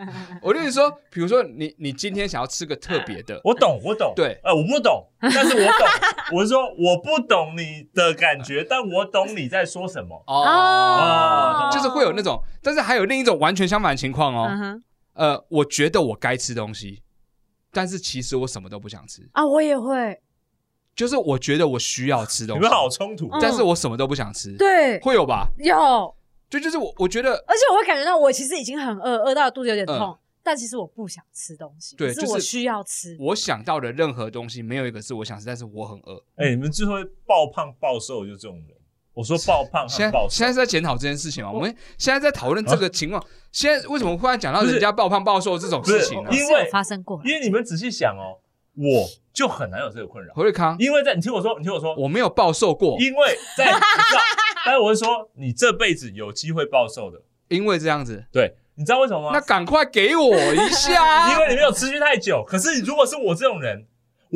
[SPEAKER 2] 啊，
[SPEAKER 1] 我跟你说，比如说你你今天想要吃个特别的，
[SPEAKER 2] 我懂，我懂，
[SPEAKER 1] 对
[SPEAKER 2] 呃，我不懂，但是我懂，我是说我不懂你的感觉，但我懂你在说什么。
[SPEAKER 3] 哦
[SPEAKER 2] 哦
[SPEAKER 1] 就是会有那种，但是还有另一种完全相反的情况
[SPEAKER 3] 嗯
[SPEAKER 1] 哦。
[SPEAKER 3] 哼
[SPEAKER 1] 呃，我觉得我该吃东西，但是其实我什么都不想吃，
[SPEAKER 3] 啊，我也会
[SPEAKER 1] 就是我觉得我需要吃东
[SPEAKER 2] 你
[SPEAKER 1] 西，
[SPEAKER 2] 们好冲突，哦
[SPEAKER 3] 嗯
[SPEAKER 1] 但是我什么都不想吃，
[SPEAKER 3] 对
[SPEAKER 1] 会有吧？
[SPEAKER 3] 有，而
[SPEAKER 1] 就就是我我觉得
[SPEAKER 3] 且我会感觉到我其实已经很饿，饿到肚子有点痛，
[SPEAKER 1] 嗯
[SPEAKER 3] 但其实我不想吃东西，
[SPEAKER 1] 对
[SPEAKER 3] 可
[SPEAKER 1] 就是
[SPEAKER 3] 我需要吃。
[SPEAKER 1] 我想到的任何东西，没有一个是我想吃，但是我很饿。
[SPEAKER 2] 哎、你们就会暴胖暴瘦，就这种人。我说暴胖
[SPEAKER 1] 现在
[SPEAKER 2] 和暴瘦
[SPEAKER 1] 现在是在检讨这件事情吗？
[SPEAKER 2] 哦
[SPEAKER 1] 我们现在在讨论这个情况，现在为什么忽然讲到
[SPEAKER 2] 啊不是
[SPEAKER 1] 人家暴胖暴瘦这种
[SPEAKER 2] 不是
[SPEAKER 1] 事情啊呢？
[SPEAKER 2] 哦因
[SPEAKER 3] 是有
[SPEAKER 2] 为
[SPEAKER 3] 发生过了，
[SPEAKER 2] 因为你们仔细想哦，我就很难有这个困扰，
[SPEAKER 1] 何瑞康，
[SPEAKER 2] 因为在你听我说，你听我说，
[SPEAKER 1] 我没有暴瘦过，
[SPEAKER 2] 因为在你知道，但是我是说，你这辈子有机会暴瘦的，
[SPEAKER 1] 因为这样子，
[SPEAKER 2] 对，你知道为什么
[SPEAKER 1] 那
[SPEAKER 2] 吗？
[SPEAKER 1] 赶快给我一下
[SPEAKER 2] 因为你没有持续太久。可是如果是我这种人，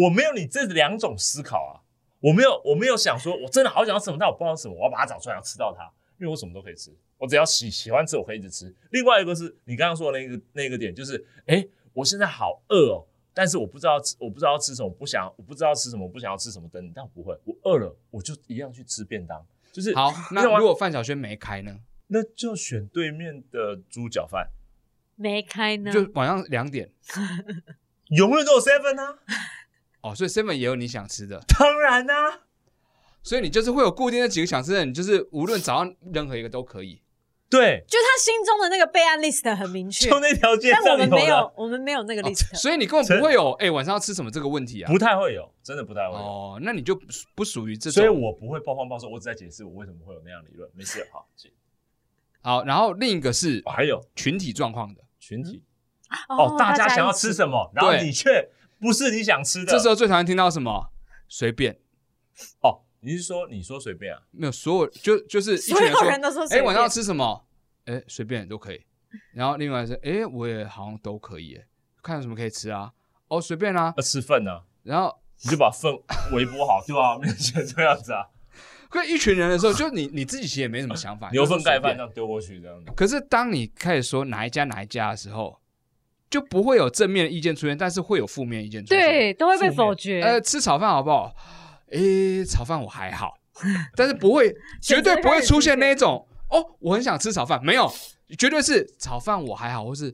[SPEAKER 2] 我没有你这两种思考啊，我没有，我没有想说，我真的好想要什么，但我不知道什么，我要把它找出来，要吃到它，因为我什么都可以吃，我只要喜喜欢吃，我可以一直吃。另外一个是你刚刚说的那个那个点，就是，哎，我现在好饿哦。但是我不知道吃，我不知道吃什么，不想，我不知道吃什么，不想要吃什么等等，但我不会，我饿了，我就一样去吃便当，就是
[SPEAKER 1] 好，那
[SPEAKER 2] 你懂吗
[SPEAKER 1] 如果范晓萱没开呢？
[SPEAKER 2] 那就选对面的猪脚饭，
[SPEAKER 3] 没开呢，
[SPEAKER 1] 就晚上两点
[SPEAKER 2] 永远都有 seven 啊，
[SPEAKER 1] 哦，所以 seven 也有你想吃的，
[SPEAKER 2] 当然啊，
[SPEAKER 1] 所以你就是会有固定的几个想吃的，你就是无论早上任何一个都可以。
[SPEAKER 2] 对，
[SPEAKER 3] 就他心中的那个备案 list 很明确，
[SPEAKER 2] 就那条街
[SPEAKER 3] 但我
[SPEAKER 2] 上
[SPEAKER 3] 们没有
[SPEAKER 2] 的，，
[SPEAKER 3] 我们没有那个
[SPEAKER 1] 哦
[SPEAKER 3] list。
[SPEAKER 1] 所以你根本不会有哎、晚上要吃什么这个问题啊
[SPEAKER 2] 不。太会有，真的不太会有。
[SPEAKER 1] 哦，那你就不不属于这
[SPEAKER 2] 所以
[SPEAKER 1] 种。
[SPEAKER 2] 我不会暴放暴瘦，我只在解释我为什么会有那样的理论。没事，好，解
[SPEAKER 1] 好，然后另一个是
[SPEAKER 2] 哦还有
[SPEAKER 1] 群体状况的，
[SPEAKER 2] 群体
[SPEAKER 3] 嗯
[SPEAKER 2] 哦，大家想要吃
[SPEAKER 3] 么？
[SPEAKER 2] 什么，然后
[SPEAKER 1] 对
[SPEAKER 2] 你却不是你想吃的。
[SPEAKER 1] 这时候最常听到什么？随便，
[SPEAKER 2] 哦，你是说你说随便啊？
[SPEAKER 1] 没有所有就就是一群
[SPEAKER 3] 所有
[SPEAKER 1] 说
[SPEAKER 3] 人都说
[SPEAKER 1] 哎、
[SPEAKER 3] 随便
[SPEAKER 1] 晚上要吃什么？哎、随便都可以。然后另外是，哎、我也好像都可以、哎看有什么可以吃啊？哦，随便啊。
[SPEAKER 2] 要吃粪呢、啊？
[SPEAKER 1] 然后
[SPEAKER 2] 你就把粪围脖好，对吧、啊？面前这样子 啊，
[SPEAKER 1] 跟一群人的时候，就你你自己其实也没什么想法，
[SPEAKER 2] 牛
[SPEAKER 1] 就是
[SPEAKER 2] 粪盖
[SPEAKER 1] 随
[SPEAKER 2] 饭哎这
[SPEAKER 1] 便。
[SPEAKER 2] 样丢过去，这样子。
[SPEAKER 1] 可是当你开始说哪一家哪一家的时候，就不会有正面的意见出现，但是会有负面意见出现。
[SPEAKER 3] 对，都会被
[SPEAKER 2] 负面
[SPEAKER 3] 否决。
[SPEAKER 1] 呃，吃炒饭好不好？诶，炒饭我还好，但是不会，绝
[SPEAKER 3] 选择
[SPEAKER 1] 对不会
[SPEAKER 3] 开始
[SPEAKER 1] 出
[SPEAKER 3] 出
[SPEAKER 1] 现
[SPEAKER 3] 现
[SPEAKER 1] 那种哦，我很想吃炒饭，没有，绝对是炒饭我还好，或是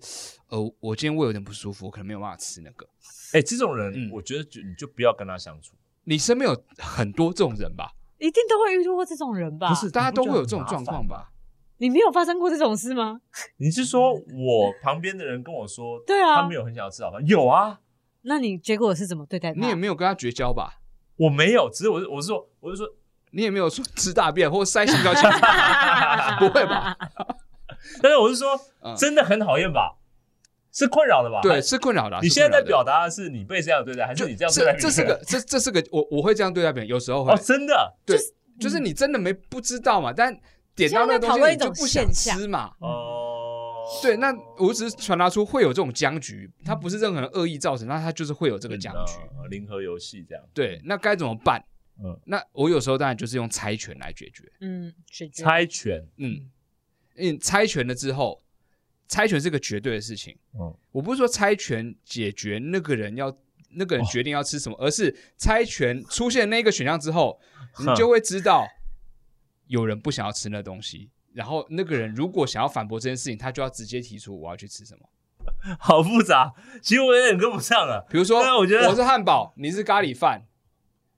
[SPEAKER 1] 呃，我今天胃有点不舒服，我可能没有办法吃那个。
[SPEAKER 2] 哎、这种人，
[SPEAKER 1] 嗯
[SPEAKER 2] 我觉得就你就不要跟他相处。
[SPEAKER 1] 你身边有很多这种人吧？
[SPEAKER 3] 一定都会遇到过这种人吧？
[SPEAKER 2] 不是
[SPEAKER 1] 大家都会有这
[SPEAKER 2] 你
[SPEAKER 1] 种
[SPEAKER 2] 不觉
[SPEAKER 1] 状
[SPEAKER 2] 得很
[SPEAKER 1] 况吧？
[SPEAKER 3] 你没有发生过这种事吗？
[SPEAKER 2] 你是说我旁边的人跟我说，
[SPEAKER 3] 对啊
[SPEAKER 2] 他没有很想要吃早饭？有啊，
[SPEAKER 3] 那你结果是怎么对待他？
[SPEAKER 1] 你也没有跟他绝交吧？
[SPEAKER 2] 我没有，只是我是我是说，我是说，
[SPEAKER 1] 你也没有说吃大便或塞橡胶 枪，不会吧？
[SPEAKER 2] 但是我是说，
[SPEAKER 1] 嗯
[SPEAKER 2] 真的很讨厌吧？是困扰的吧？
[SPEAKER 1] 对，
[SPEAKER 2] 还
[SPEAKER 1] 是困扰的啊。
[SPEAKER 2] 你
[SPEAKER 1] 是
[SPEAKER 2] 现在在
[SPEAKER 1] 困扰
[SPEAKER 2] 表达的是你被这样对待，还
[SPEAKER 1] 的，
[SPEAKER 2] 是你这样对待
[SPEAKER 1] 这
[SPEAKER 2] 别人？
[SPEAKER 1] 这是个这这是个我我会这样对待别人，有时候会
[SPEAKER 2] 哦，。真的
[SPEAKER 1] 对，
[SPEAKER 3] 就
[SPEAKER 1] 就是
[SPEAKER 3] 是
[SPEAKER 1] 你真的没不知道嘛，但点
[SPEAKER 3] 嗯现
[SPEAKER 1] 到
[SPEAKER 3] 在
[SPEAKER 1] 那个
[SPEAKER 3] 在
[SPEAKER 1] 东
[SPEAKER 3] 讨
[SPEAKER 1] 西
[SPEAKER 3] 论
[SPEAKER 1] 你
[SPEAKER 3] 一
[SPEAKER 1] 就
[SPEAKER 3] 种
[SPEAKER 1] 不想
[SPEAKER 3] 现象
[SPEAKER 1] 吃嘛。
[SPEAKER 2] 哦。
[SPEAKER 1] 嗯对，那我只是传达出会有这种僵局，
[SPEAKER 3] 嗯
[SPEAKER 1] 它不是任何人恶意造成，那它就是会有这
[SPEAKER 2] 这
[SPEAKER 1] 个僵局。
[SPEAKER 2] 呃零和游戏这样。
[SPEAKER 1] 对，那该怎么办？
[SPEAKER 2] 嗯，
[SPEAKER 1] 那我有时候当然就是用猜拳来解决。
[SPEAKER 3] 嗯，解决
[SPEAKER 2] 猜拳，
[SPEAKER 1] 嗯，嗯，猜拳了之后，猜拳是个绝对的事情。
[SPEAKER 2] 嗯，
[SPEAKER 1] 我不是说猜拳解决那个人要那个人决定要吃什么，而是猜拳出现那个选项之后，你
[SPEAKER 2] 哼
[SPEAKER 1] 就会知道有人不想要吃那东西。然后那个人如果想要反驳这件事情，他就要直接提出我要去吃什么。
[SPEAKER 2] 好复杂，其实我有点跟不上了。
[SPEAKER 1] 比如说，
[SPEAKER 2] 对啊我觉得
[SPEAKER 1] 是汉堡，你是咖喱饭，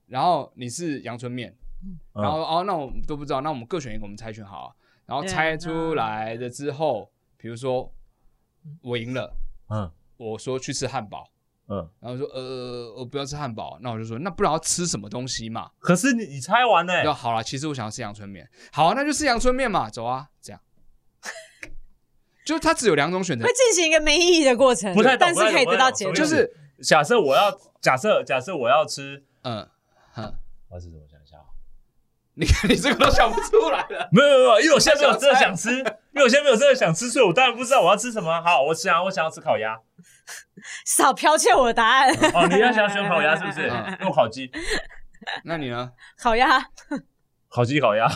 [SPEAKER 1] 然后你是阳春面，
[SPEAKER 2] 嗯
[SPEAKER 1] 然后哦，那我们都不知道，那我们各选一个，我们猜拳好了。然后
[SPEAKER 3] 对啊
[SPEAKER 1] 猜出来的之后，比如说我赢了，
[SPEAKER 2] 嗯
[SPEAKER 1] 我说去吃汉堡，
[SPEAKER 2] 嗯，
[SPEAKER 1] 然后说呃我不要吃汉堡，那我就说那不然要吃什么东西嘛？
[SPEAKER 2] 可是你你猜完呢？
[SPEAKER 1] 然后好了，其实我想要吃阳春面，好、那就吃阳春面嘛，走啊，这样。啊 就是它只有两种选择
[SPEAKER 3] 会，进行一个没意义的过程，
[SPEAKER 2] 不太懂
[SPEAKER 3] 但是
[SPEAKER 2] 不太懂
[SPEAKER 3] 可以得到
[SPEAKER 2] 不太懂
[SPEAKER 3] 结论。
[SPEAKER 1] 就是
[SPEAKER 2] 假设我要假设假设我要吃，
[SPEAKER 1] 嗯，哼
[SPEAKER 2] 我要吃什么？我想一下啊，
[SPEAKER 1] 你 看你这个都想不出来了。
[SPEAKER 2] 没有没有没有，因为我现在没有真的想吃，因为我现在没有真的想吃，所以我当然不知道我要吃什么啊。好，我想我想要吃烤鸭。
[SPEAKER 3] 少剽窃我的答案，
[SPEAKER 2] 哦，你要想要选烤鸭是不是
[SPEAKER 1] 嗯？
[SPEAKER 2] 用烤鸡，
[SPEAKER 1] 那你呢？
[SPEAKER 3] 烤鸭
[SPEAKER 2] 烤鸡烤鸭，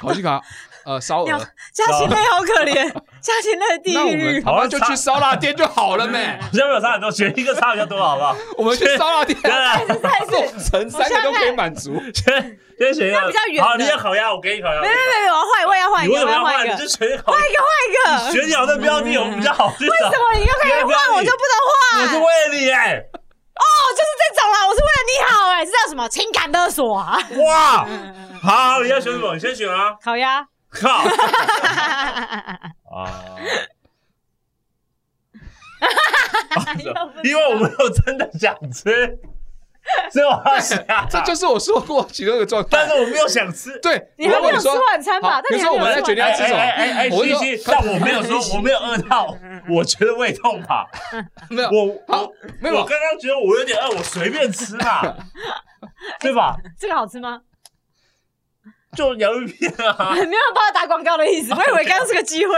[SPEAKER 1] 烤鸡烤，呃，烧
[SPEAKER 3] 鸟
[SPEAKER 1] 鹅。
[SPEAKER 3] 家庭类好 可怜，家庭类的地
[SPEAKER 1] 那我
[SPEAKER 3] 狱
[SPEAKER 1] 们
[SPEAKER 3] 率。
[SPEAKER 1] 好像就去烧腊店就好了 没？
[SPEAKER 2] 好像没有差很多，选一个差比较多，好 不好？啊
[SPEAKER 1] 我们去烧腊店，
[SPEAKER 2] 真
[SPEAKER 3] 啊
[SPEAKER 2] 的，
[SPEAKER 3] 但是
[SPEAKER 1] 纵 成三个都可以满足。
[SPEAKER 2] 先先选一个
[SPEAKER 3] 那比较远的
[SPEAKER 2] 好，你要烤鸭，我给你烤鸭。
[SPEAKER 3] 没没没没，我要换一个，
[SPEAKER 2] 你
[SPEAKER 3] 我要换一个，
[SPEAKER 2] 为什么
[SPEAKER 3] 我要
[SPEAKER 2] 要
[SPEAKER 3] 换
[SPEAKER 2] 换？
[SPEAKER 3] 一个，
[SPEAKER 2] 你
[SPEAKER 3] 换
[SPEAKER 2] 就
[SPEAKER 3] 一
[SPEAKER 2] 选好，
[SPEAKER 3] 个，换一个。
[SPEAKER 2] 选鸟的标的，我们比较好去找。为
[SPEAKER 3] 什么你又开始
[SPEAKER 2] 不要
[SPEAKER 3] 换，
[SPEAKER 2] 你
[SPEAKER 3] 我就不能
[SPEAKER 2] 我
[SPEAKER 3] 换？
[SPEAKER 2] 是为了你哎，
[SPEAKER 3] 哦，就是这种啦，我是为了你好哎、这叫什么情感勒索 啊？
[SPEAKER 2] 哇，
[SPEAKER 3] 嗯
[SPEAKER 2] 好，你要选什么？你先选啊！
[SPEAKER 3] 烤鸭，
[SPEAKER 2] 靠啊！
[SPEAKER 3] 哎
[SPEAKER 2] 啊因为我没有真的想吃，所以我要想，
[SPEAKER 1] 这就是我说过其中一个状
[SPEAKER 2] 但
[SPEAKER 1] 态
[SPEAKER 2] 是。我没有想吃。
[SPEAKER 1] 对，
[SPEAKER 3] 你还没
[SPEAKER 1] 如果
[SPEAKER 3] 有吃
[SPEAKER 1] 说
[SPEAKER 3] 晚餐吧
[SPEAKER 1] 好？
[SPEAKER 3] 但你还没
[SPEAKER 1] 比如说我
[SPEAKER 3] 有
[SPEAKER 1] 们在决定要吃什么
[SPEAKER 2] 哎哎哎哎，
[SPEAKER 1] 我就
[SPEAKER 2] 西西，但我没有说我没有饿到，
[SPEAKER 3] 嗯
[SPEAKER 2] 我觉得胃痛吧。
[SPEAKER 1] 没 有
[SPEAKER 2] 我
[SPEAKER 1] 好
[SPEAKER 2] 我
[SPEAKER 1] 没有
[SPEAKER 2] 我刚刚觉得我有点哎饿，我随便吃嘛， 对吧？
[SPEAKER 3] 这个好吃吗？
[SPEAKER 2] 就洋 芋片啊。
[SPEAKER 3] 没有帮他打广告的意思，我以为刚刚是个机会。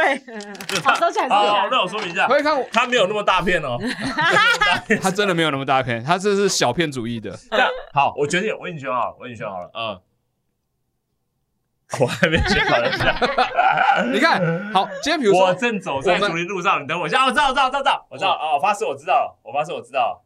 [SPEAKER 3] 好，收起来，收起
[SPEAKER 2] 好
[SPEAKER 3] 来，。
[SPEAKER 2] 那我说明一 下，
[SPEAKER 1] 可以看我，
[SPEAKER 2] 它没有那么大 片哦。
[SPEAKER 1] 他真的没有那么大片，他这是小片主义的。
[SPEAKER 2] 那好，我决定，我已经选好了，我已经选好了。嗯， 我还没选好呢。
[SPEAKER 1] 你看，好，今天 比如
[SPEAKER 2] 我
[SPEAKER 1] 说，
[SPEAKER 2] 正走在竹林路上，你等我一下。哦，知道，知道，知道，知道，我知道。
[SPEAKER 1] 嗯
[SPEAKER 2] 哦，发誓我知道了，我发誓我知道了。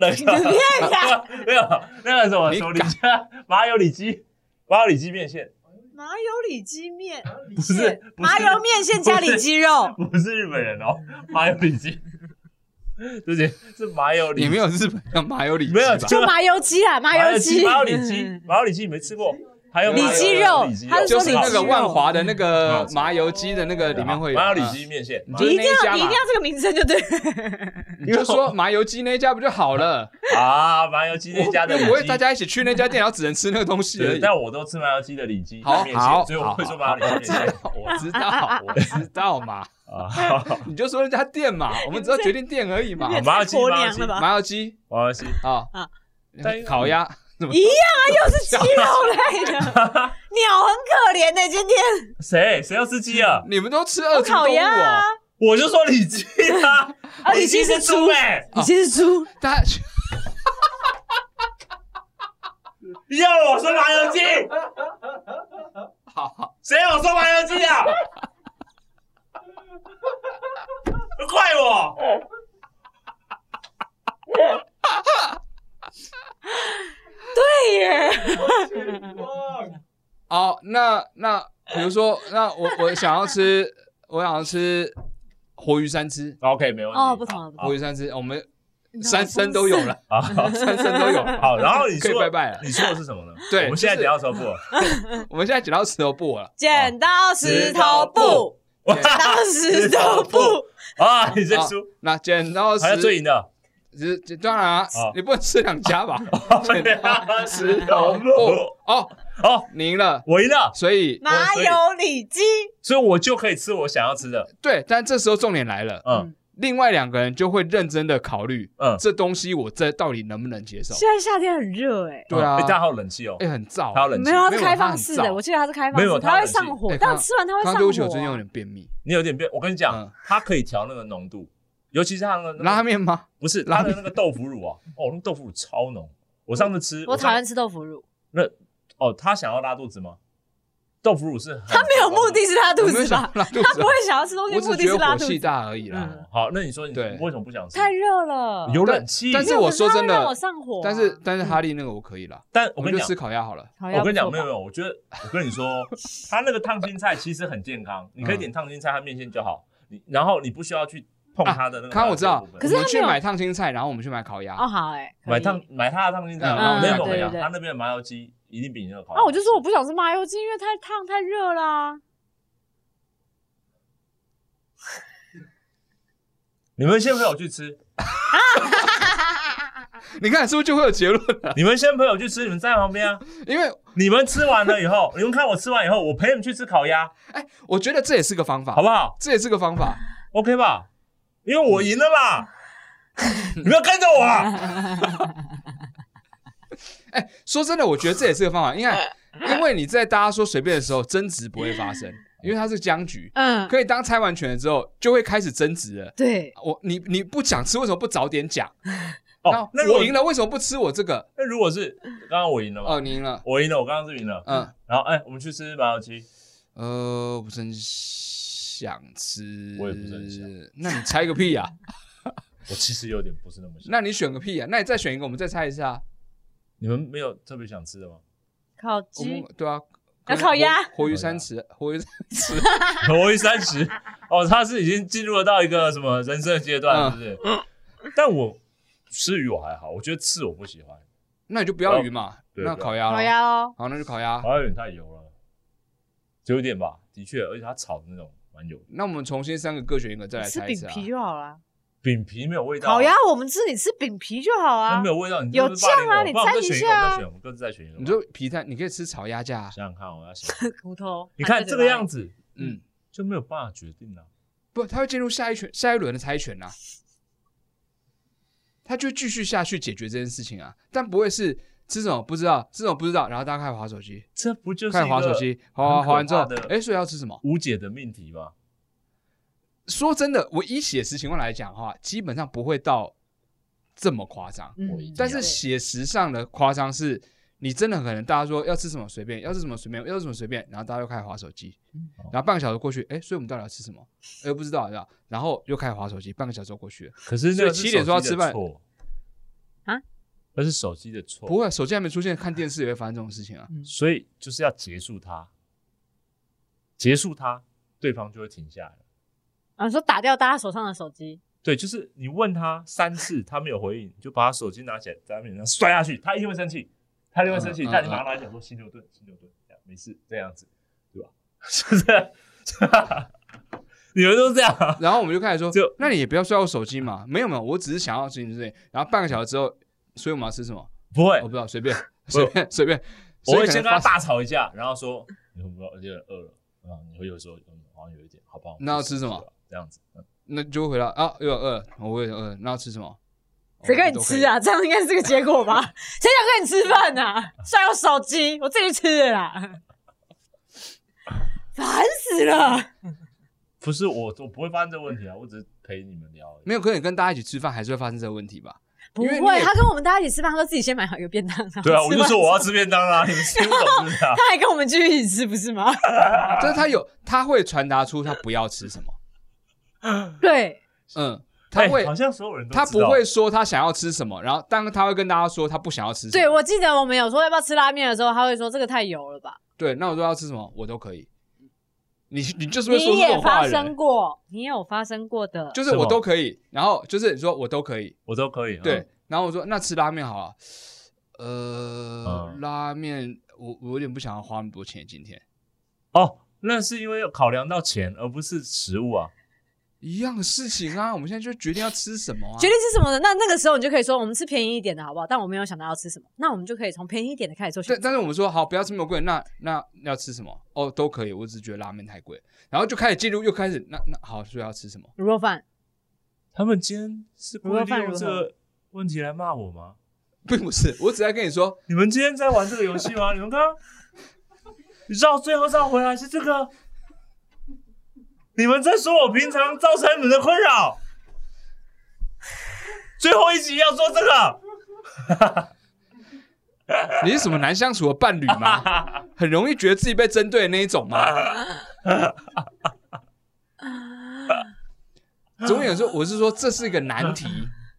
[SPEAKER 2] 那个
[SPEAKER 3] 骗呀！
[SPEAKER 2] 没有，那个什么
[SPEAKER 1] 你
[SPEAKER 2] 什么李家麻油里脊，麻油里脊面线，
[SPEAKER 3] 麻油里脊面，
[SPEAKER 2] 不是不是
[SPEAKER 3] 麻油面线加里脊肉，
[SPEAKER 2] 不是日本 人哦，麻油里脊， 对不起，是麻油里
[SPEAKER 1] 你没有日本的麻油里脊吧
[SPEAKER 2] 没有
[SPEAKER 3] 就麻油鸡啊，麻油鸡，嗯
[SPEAKER 2] 麻油里脊，麻油里脊你没吃过？还有
[SPEAKER 1] 里
[SPEAKER 2] 麻油
[SPEAKER 1] 脊
[SPEAKER 3] 肉
[SPEAKER 2] 里脊哦
[SPEAKER 3] 他是
[SPEAKER 1] 就
[SPEAKER 3] 说
[SPEAKER 1] 是那
[SPEAKER 3] 里脊
[SPEAKER 1] 个
[SPEAKER 3] 肉
[SPEAKER 1] 万华的那个麻油鸡的那个里面会有
[SPEAKER 2] 嗯麻油里脊面线，
[SPEAKER 1] 你
[SPEAKER 3] 你
[SPEAKER 1] 就
[SPEAKER 3] 一
[SPEAKER 1] 是那
[SPEAKER 3] 定
[SPEAKER 1] 一
[SPEAKER 3] 要，
[SPEAKER 1] 家
[SPEAKER 3] 你一
[SPEAKER 1] 嘛
[SPEAKER 3] 定，要这个名称就对。
[SPEAKER 1] 呃你就说麻油鸡那一家不就好了？
[SPEAKER 2] 啊，麻油鸡那家的里
[SPEAKER 1] 不会
[SPEAKER 2] 脊，
[SPEAKER 1] 大家一起去那家店，然后只能吃那个东西而
[SPEAKER 2] 对
[SPEAKER 1] 已。
[SPEAKER 2] 但我都吃麻油鸡的里脊
[SPEAKER 1] 好
[SPEAKER 2] 面
[SPEAKER 1] 好
[SPEAKER 2] 线，所以我会说麻
[SPEAKER 1] 好
[SPEAKER 2] 油里脊面线
[SPEAKER 1] 好我知道，我知道 嘛，
[SPEAKER 2] 啊。好好
[SPEAKER 1] 你就说人家店嘛，我们只要决定店而已嘛
[SPEAKER 3] 你。也
[SPEAKER 2] 麻
[SPEAKER 3] 太
[SPEAKER 2] 油鸡
[SPEAKER 3] 婆
[SPEAKER 2] 麻油
[SPEAKER 3] 娘
[SPEAKER 2] 鸡
[SPEAKER 3] 了吧？
[SPEAKER 1] 麻油鸡
[SPEAKER 2] 麻油鸡，
[SPEAKER 1] 啊
[SPEAKER 3] 啊，
[SPEAKER 2] 但
[SPEAKER 1] 烤鸭怎么
[SPEAKER 3] 一样啊，又是鸡肉类 的，鸟很可怜的、今天
[SPEAKER 2] 谁谁要吃鸡啊？
[SPEAKER 1] 你们都吃二级动物
[SPEAKER 3] 烤鸭啊
[SPEAKER 1] 哦？，
[SPEAKER 2] 我就说里脊啊，
[SPEAKER 3] 啊里脊是猪
[SPEAKER 2] 哎，
[SPEAKER 3] 你先是猪，
[SPEAKER 1] 大家
[SPEAKER 2] 要我说麻油鸡，
[SPEAKER 1] 好好，
[SPEAKER 2] 谁有说麻油鸡啊？怪我，
[SPEAKER 3] 对耶，
[SPEAKER 1] 好，那那比如说，那我我想要吃，我想要吃活鱼三吃，
[SPEAKER 2] OK，没问题。
[SPEAKER 3] 哦不同了不同
[SPEAKER 1] 活鱼三吃，我们三生都有了，
[SPEAKER 2] 好，好
[SPEAKER 1] 三生都有了。
[SPEAKER 2] 好，然后你
[SPEAKER 1] 可以
[SPEAKER 2] 说
[SPEAKER 1] 拜拜了。
[SPEAKER 2] 你说的是什么呢？
[SPEAKER 1] 对
[SPEAKER 2] 我们现在
[SPEAKER 1] 就是
[SPEAKER 2] 等到什么步？
[SPEAKER 1] 我们现在剪刀石头布了，
[SPEAKER 3] 剪刀石头布，剪刀石头 布，
[SPEAKER 2] 啊，你认输，
[SPEAKER 1] 那剪刀石
[SPEAKER 2] 好像最赢的。
[SPEAKER 1] 只只当然啊
[SPEAKER 2] 哦，
[SPEAKER 1] 你不能吃两家吧？剪刀
[SPEAKER 2] 石
[SPEAKER 1] 石头布哦，
[SPEAKER 2] 哦，
[SPEAKER 1] 你赢了，
[SPEAKER 2] 我赢了，
[SPEAKER 1] 所以
[SPEAKER 3] 麻油里脊，
[SPEAKER 2] 所以我就可以吃我想要吃的。
[SPEAKER 1] 对，但这时候重点来了，
[SPEAKER 2] 嗯
[SPEAKER 1] 另外两个人就会认真的考虑，
[SPEAKER 2] 嗯，
[SPEAKER 1] 这东西我这到底能不能接受？
[SPEAKER 3] 现在夏天很热哎，
[SPEAKER 1] 对啊
[SPEAKER 2] 哎但还有冷气哦，
[SPEAKER 1] 哎，很燥
[SPEAKER 2] 还有
[SPEAKER 1] 啊，
[SPEAKER 2] 冷气
[SPEAKER 3] 没有，，它是开放式
[SPEAKER 1] 没有它很
[SPEAKER 3] 的，
[SPEAKER 1] 燥
[SPEAKER 3] 我记得它是开放
[SPEAKER 2] 没
[SPEAKER 3] 式
[SPEAKER 2] 有
[SPEAKER 3] 的，
[SPEAKER 2] 它
[SPEAKER 3] 它
[SPEAKER 2] 很
[SPEAKER 3] 会上火
[SPEAKER 1] 哎，
[SPEAKER 3] 但
[SPEAKER 1] 刚
[SPEAKER 3] 吃完它会
[SPEAKER 1] 刚
[SPEAKER 3] 上
[SPEAKER 1] 对不起，我最近有
[SPEAKER 3] 火啊。
[SPEAKER 1] 点便秘。
[SPEAKER 2] 你有点变。我跟你讲
[SPEAKER 1] 嗯，
[SPEAKER 2] 它可以调那个浓度，尤其是它的那个
[SPEAKER 1] 拉面吗？
[SPEAKER 2] 不是
[SPEAKER 1] 拉
[SPEAKER 2] 它
[SPEAKER 1] 面
[SPEAKER 2] 的那个豆腐乳啊，哦，那豆腐乳超浓。我上次吃，
[SPEAKER 3] 我
[SPEAKER 2] 上
[SPEAKER 3] 讨厌吃豆腐 乳，
[SPEAKER 2] 那哦，他想要拉肚子吗？豆腐乳是
[SPEAKER 3] 它
[SPEAKER 2] 他
[SPEAKER 3] 没有目。的是拉肚
[SPEAKER 1] 我没有
[SPEAKER 3] 子
[SPEAKER 1] 想
[SPEAKER 3] 吧？
[SPEAKER 1] 拉肚
[SPEAKER 3] 它
[SPEAKER 1] 子
[SPEAKER 3] 不
[SPEAKER 1] 啊
[SPEAKER 3] 会，想要吃东西，
[SPEAKER 1] 我只
[SPEAKER 3] 目
[SPEAKER 1] 是
[SPEAKER 3] 的是
[SPEAKER 1] 觉得
[SPEAKER 3] 拉
[SPEAKER 1] 火
[SPEAKER 3] 肚
[SPEAKER 1] 气
[SPEAKER 3] 子。
[SPEAKER 1] 大而已啦。
[SPEAKER 3] 嗯
[SPEAKER 2] 好，那你说你
[SPEAKER 1] 对
[SPEAKER 2] 为什么不想吃？
[SPEAKER 3] 太热了，
[SPEAKER 2] 有冷气，
[SPEAKER 1] 但
[SPEAKER 3] 没
[SPEAKER 1] 是
[SPEAKER 3] 有
[SPEAKER 1] 我
[SPEAKER 3] 可
[SPEAKER 1] 说
[SPEAKER 3] 它会
[SPEAKER 1] 真的
[SPEAKER 3] 让我上火啊。
[SPEAKER 1] 但是但是哈利那个我可以啦，
[SPEAKER 2] 但
[SPEAKER 1] 我
[SPEAKER 2] 我
[SPEAKER 1] 们
[SPEAKER 2] 跟
[SPEAKER 1] 就
[SPEAKER 2] 你讲
[SPEAKER 1] 吃，烤鸭好了。
[SPEAKER 3] 好像
[SPEAKER 2] 我跟你
[SPEAKER 3] 哎
[SPEAKER 2] 讲，
[SPEAKER 3] 不错
[SPEAKER 2] 没有
[SPEAKER 3] 吧
[SPEAKER 2] 没有，我觉得我跟你说，他那个烫青菜其实很健康，你可以
[SPEAKER 1] 嗯
[SPEAKER 2] 点烫青菜和面线就好，你然后你不需要去碰它的那个。
[SPEAKER 1] 啊看我知道，
[SPEAKER 2] 可
[SPEAKER 3] 可
[SPEAKER 2] 是
[SPEAKER 3] 是
[SPEAKER 1] 我
[SPEAKER 3] 它
[SPEAKER 1] 们
[SPEAKER 3] 没
[SPEAKER 1] 去
[SPEAKER 3] 有
[SPEAKER 1] 买烫青菜，然后我们去买烤鸭。
[SPEAKER 3] 哦，好哎，可以
[SPEAKER 2] 买烫买它的烫青菜，啊
[SPEAKER 1] 嗯
[SPEAKER 2] 然后
[SPEAKER 1] 嗯
[SPEAKER 2] 那种
[SPEAKER 1] 对
[SPEAKER 2] 呀，
[SPEAKER 3] 对
[SPEAKER 2] 他那边的麻油鸡一定比你那个好。
[SPEAKER 3] 啊，我就说我不想吃麻油鸡，因为太烫太热啦、
[SPEAKER 2] 你们先陪我去吃，
[SPEAKER 1] 你看是不是就会有结论？
[SPEAKER 2] 你们先陪我去吃，你们在旁边啊，
[SPEAKER 1] 因为
[SPEAKER 2] 你们吃完了以后，你们看我吃完以后，我陪你们去吃烤鸭，
[SPEAKER 1] 我觉得这也是个方法，
[SPEAKER 2] 好不好
[SPEAKER 1] 这也是个方法。
[SPEAKER 2] ？OK 吧？因为我赢了 啦，你们要跟着我啊！
[SPEAKER 1] 哎，说真的，我觉得这也是个方法。你看，
[SPEAKER 3] 哎
[SPEAKER 1] 因为你在大家说随便的时候，争执不会发生，因为它是僵局。
[SPEAKER 3] 嗯，
[SPEAKER 1] 可以当猜完拳了之后，就会开始争执了。
[SPEAKER 3] 对，
[SPEAKER 1] 我你你不想吃，为什么不早点讲？然
[SPEAKER 2] 哦
[SPEAKER 1] 后，
[SPEAKER 2] 那如果
[SPEAKER 1] 我赢，了，为什么不吃我这个？
[SPEAKER 2] 那如果是刚刚我赢了嘛？
[SPEAKER 1] 哦，你赢了，
[SPEAKER 2] 我赢了，我刚刚是赢了。
[SPEAKER 1] 嗯
[SPEAKER 2] 然后哎，我们去吃麻油鸡，
[SPEAKER 1] 呃，我不是很想吃，
[SPEAKER 2] 我也不是很想。
[SPEAKER 1] 那你猜个屁 呀、
[SPEAKER 2] 我其实有点不是那么想。
[SPEAKER 1] 那你选个屁呀、那你再选一个，我们再猜一下。
[SPEAKER 2] 你们没有特别想吃的吗？
[SPEAKER 3] 烤
[SPEAKER 1] 我们
[SPEAKER 3] 鸡，
[SPEAKER 1] 对啊，
[SPEAKER 3] 要烤鸭
[SPEAKER 1] 活活鱼三尺，活鱼三尺。
[SPEAKER 2] 我一三十， 哦，他是已经进入了到一个什么人生的阶段，
[SPEAKER 1] 嗯
[SPEAKER 2] 是不是？但我吃鱼我还好，我觉得刺我不喜欢，
[SPEAKER 1] 那你就不要鱼嘛，
[SPEAKER 2] 对
[SPEAKER 1] 那
[SPEAKER 2] 不要
[SPEAKER 1] 烤鸭
[SPEAKER 3] 烤
[SPEAKER 1] 咯。
[SPEAKER 3] 鸭哦，
[SPEAKER 1] 好，那就烤鸭。
[SPEAKER 2] 好像有点太油了，有点吧，的确，而且它炒的那种蛮油的，
[SPEAKER 1] 那我们重新三个各选一个，再来
[SPEAKER 3] 吃
[SPEAKER 1] 猜一
[SPEAKER 3] 饼
[SPEAKER 1] 次啊。
[SPEAKER 3] 皮就好了。
[SPEAKER 2] 饼皮没有味道啊，
[SPEAKER 3] 烤鸭我们吃，你吃饼皮就好
[SPEAKER 2] 它
[SPEAKER 3] 啊
[SPEAKER 2] 没。有味道，你
[SPEAKER 3] 有
[SPEAKER 2] 这是霸凌
[SPEAKER 3] 酱啊
[SPEAKER 2] 我
[SPEAKER 3] 你
[SPEAKER 2] 不然我们再
[SPEAKER 3] 猜一
[SPEAKER 2] 选一个，我们再
[SPEAKER 3] 下啊
[SPEAKER 2] 选，我们各自再选一个吧，
[SPEAKER 1] 你说皮蛋，你可以吃炒鸭架啊。
[SPEAKER 2] 想想看，我要 想，
[SPEAKER 3] 骨头，
[SPEAKER 2] 你
[SPEAKER 3] 含
[SPEAKER 2] 看
[SPEAKER 3] 在
[SPEAKER 2] 这
[SPEAKER 3] 嘴
[SPEAKER 2] 个
[SPEAKER 3] 巴
[SPEAKER 2] 样子
[SPEAKER 1] 嗯，
[SPEAKER 2] 就没有办法决定了，
[SPEAKER 1] 不，他会进入下一圈、下一轮的猜拳啊，他就继续下去解决这件事情啊，但不会是这种不知道，这种不知道，然后大家开始划手机，
[SPEAKER 2] 这不就是
[SPEAKER 1] 开始
[SPEAKER 2] 一
[SPEAKER 1] 划
[SPEAKER 2] 个
[SPEAKER 1] 手机，划划
[SPEAKER 2] 很可
[SPEAKER 1] 划完之后
[SPEAKER 2] 怕的，
[SPEAKER 1] 哎，所以要吃什么？
[SPEAKER 2] 无解的命题吗？
[SPEAKER 1] 说真的，我以写实情况来讲的话，基本上不会到这么夸张，
[SPEAKER 3] 嗯
[SPEAKER 2] 我一定
[SPEAKER 1] 但
[SPEAKER 2] 要
[SPEAKER 1] 是写实上的夸张是。你真的可能大家说要吃什么随便，要吃什么随便，要吃什么随便，然后大家又开始划手机
[SPEAKER 3] 嗯，
[SPEAKER 1] 然后半个小时过去，哎、所以我们到底要吃什么？哎、不知道，不知道，然后又开始划手机，半个小时又过去了，
[SPEAKER 2] 可是那
[SPEAKER 1] 所以
[SPEAKER 2] 个是
[SPEAKER 1] 七点说要吃饭
[SPEAKER 2] 手机的错
[SPEAKER 3] 啊，
[SPEAKER 2] 那是手机的错，
[SPEAKER 1] 不会，手机还没出现，看电视也会发生这种事情啊。
[SPEAKER 2] 所以就是要结束它，结束它，对方就会停下来了。
[SPEAKER 3] 啊，说打掉大家手上的手机，
[SPEAKER 2] 对，就是你问他三次，他没有回应，你就把他手机拿起来，在他面前摔下去，他一定会生气，他一定会生气。
[SPEAKER 1] 嗯嗯
[SPEAKER 2] 但你马上拿起来说新牛顿，新牛顿，这样没事，这样子，对吧？ 就是， 你们都这样啊，
[SPEAKER 1] 然后我们就开始说，
[SPEAKER 2] 就
[SPEAKER 1] 那你也不要摔我手机嘛。没有没有，我只是想要吃你这里。然后半个小时之后，所以我们要吃什么？
[SPEAKER 2] 不会
[SPEAKER 1] 我不，知道，随便随便随便。
[SPEAKER 2] 我
[SPEAKER 1] 所以
[SPEAKER 2] 会
[SPEAKER 1] 可
[SPEAKER 2] 先
[SPEAKER 1] 能
[SPEAKER 2] 跟他
[SPEAKER 1] 发
[SPEAKER 2] 大吵一架，然后说你会不会有点饿了啊？你会有时候嗯，好像有一点，好不好？
[SPEAKER 1] 那要吃什么？
[SPEAKER 2] 这样子，嗯
[SPEAKER 1] 那就会回到啊，有点饿了，我有点饿了，那要吃什么？
[SPEAKER 2] 哦
[SPEAKER 1] 哦
[SPEAKER 3] 谁跟你吃啊？这样应该是个结果吧？ 谁想跟你吃饭 啊？摔我手机，我自己吃的啦，烦死了。
[SPEAKER 2] 不是我，我不会发生这个问题啊，我只是陪你们聊而已。
[SPEAKER 1] 没有，可能跟大家一起吃饭还是会发生这个问题吧？
[SPEAKER 3] 不
[SPEAKER 1] 因为你
[SPEAKER 3] 会，
[SPEAKER 1] 也
[SPEAKER 3] 他跟我们大家一起吃饭，他说自己先买好一个便当。然后
[SPEAKER 2] 对啊，
[SPEAKER 3] 吃
[SPEAKER 2] 我就
[SPEAKER 3] 完
[SPEAKER 2] 说我要
[SPEAKER 3] 之后，
[SPEAKER 2] 吃便当啦，你们听不懂是不是啊？
[SPEAKER 3] 他还跟我们继续一起吃，不是吗？
[SPEAKER 1] 但是他有，他会传达出他不要吃 什么，
[SPEAKER 3] 对，
[SPEAKER 1] 嗯，他
[SPEAKER 2] 哎
[SPEAKER 1] 会
[SPEAKER 2] 好像所有人都
[SPEAKER 1] 他
[SPEAKER 2] 知
[SPEAKER 1] 不
[SPEAKER 2] 道
[SPEAKER 1] 会说他想要吃什么，然后但他会跟大家说他不想要吃什么。
[SPEAKER 3] 对，我记得我们有说要不要吃拉面的时候，他会说这个太油了吧。
[SPEAKER 1] 对，那我说要吃什么，我都可以。你你就是会说
[SPEAKER 3] 你
[SPEAKER 1] 出这
[SPEAKER 3] 也
[SPEAKER 1] 种话
[SPEAKER 3] 发
[SPEAKER 1] 的
[SPEAKER 3] 生
[SPEAKER 1] 人，
[SPEAKER 3] 过，你也有发生过的，
[SPEAKER 1] 就是
[SPEAKER 2] 什
[SPEAKER 1] 我
[SPEAKER 2] 么
[SPEAKER 1] 都可以。然后就是你说我都可以，
[SPEAKER 2] 我都可以。嗯
[SPEAKER 1] 对。，然后我说那吃拉面好了，呃，
[SPEAKER 2] 嗯
[SPEAKER 1] 拉面我我有点不想要花那么多钱今天。
[SPEAKER 2] 哦，那是因为要考量到钱，而不是食物啊。
[SPEAKER 1] 一样的事情啊，我们现在就决定要吃什么啊
[SPEAKER 3] 决。定吃什么的，那那个时候你就可以说我们吃便宜一点的好不好？但我没有想到要吃什么，那我们就可以从便宜一点的开始做选
[SPEAKER 1] 但
[SPEAKER 3] 择。
[SPEAKER 1] 但是我们说好，不要吃那么贵，那那要吃什么？哦，都可以，我只是觉得拉面太贵，然后就开始进入，又开始那那好，所以要吃什么？
[SPEAKER 3] 卤肉饭，
[SPEAKER 2] 他们今天是故
[SPEAKER 3] 卤
[SPEAKER 2] 意
[SPEAKER 3] 肉
[SPEAKER 2] 利
[SPEAKER 3] 饭
[SPEAKER 2] 用
[SPEAKER 3] 如
[SPEAKER 2] 这
[SPEAKER 3] 何
[SPEAKER 2] 个问题来骂我吗？
[SPEAKER 1] 并不是，我只在跟你说，
[SPEAKER 2] 你们今天在玩这个游戏吗？你们刚刚绕最后绕回来是这个，你们在说我平常造成你们的困扰。最后一集要说这个，
[SPEAKER 1] 你是什么难相处的伴侣吗？ 很容易觉得自己被针对的那一种吗？ 总有时候我是说，这是一个难 题，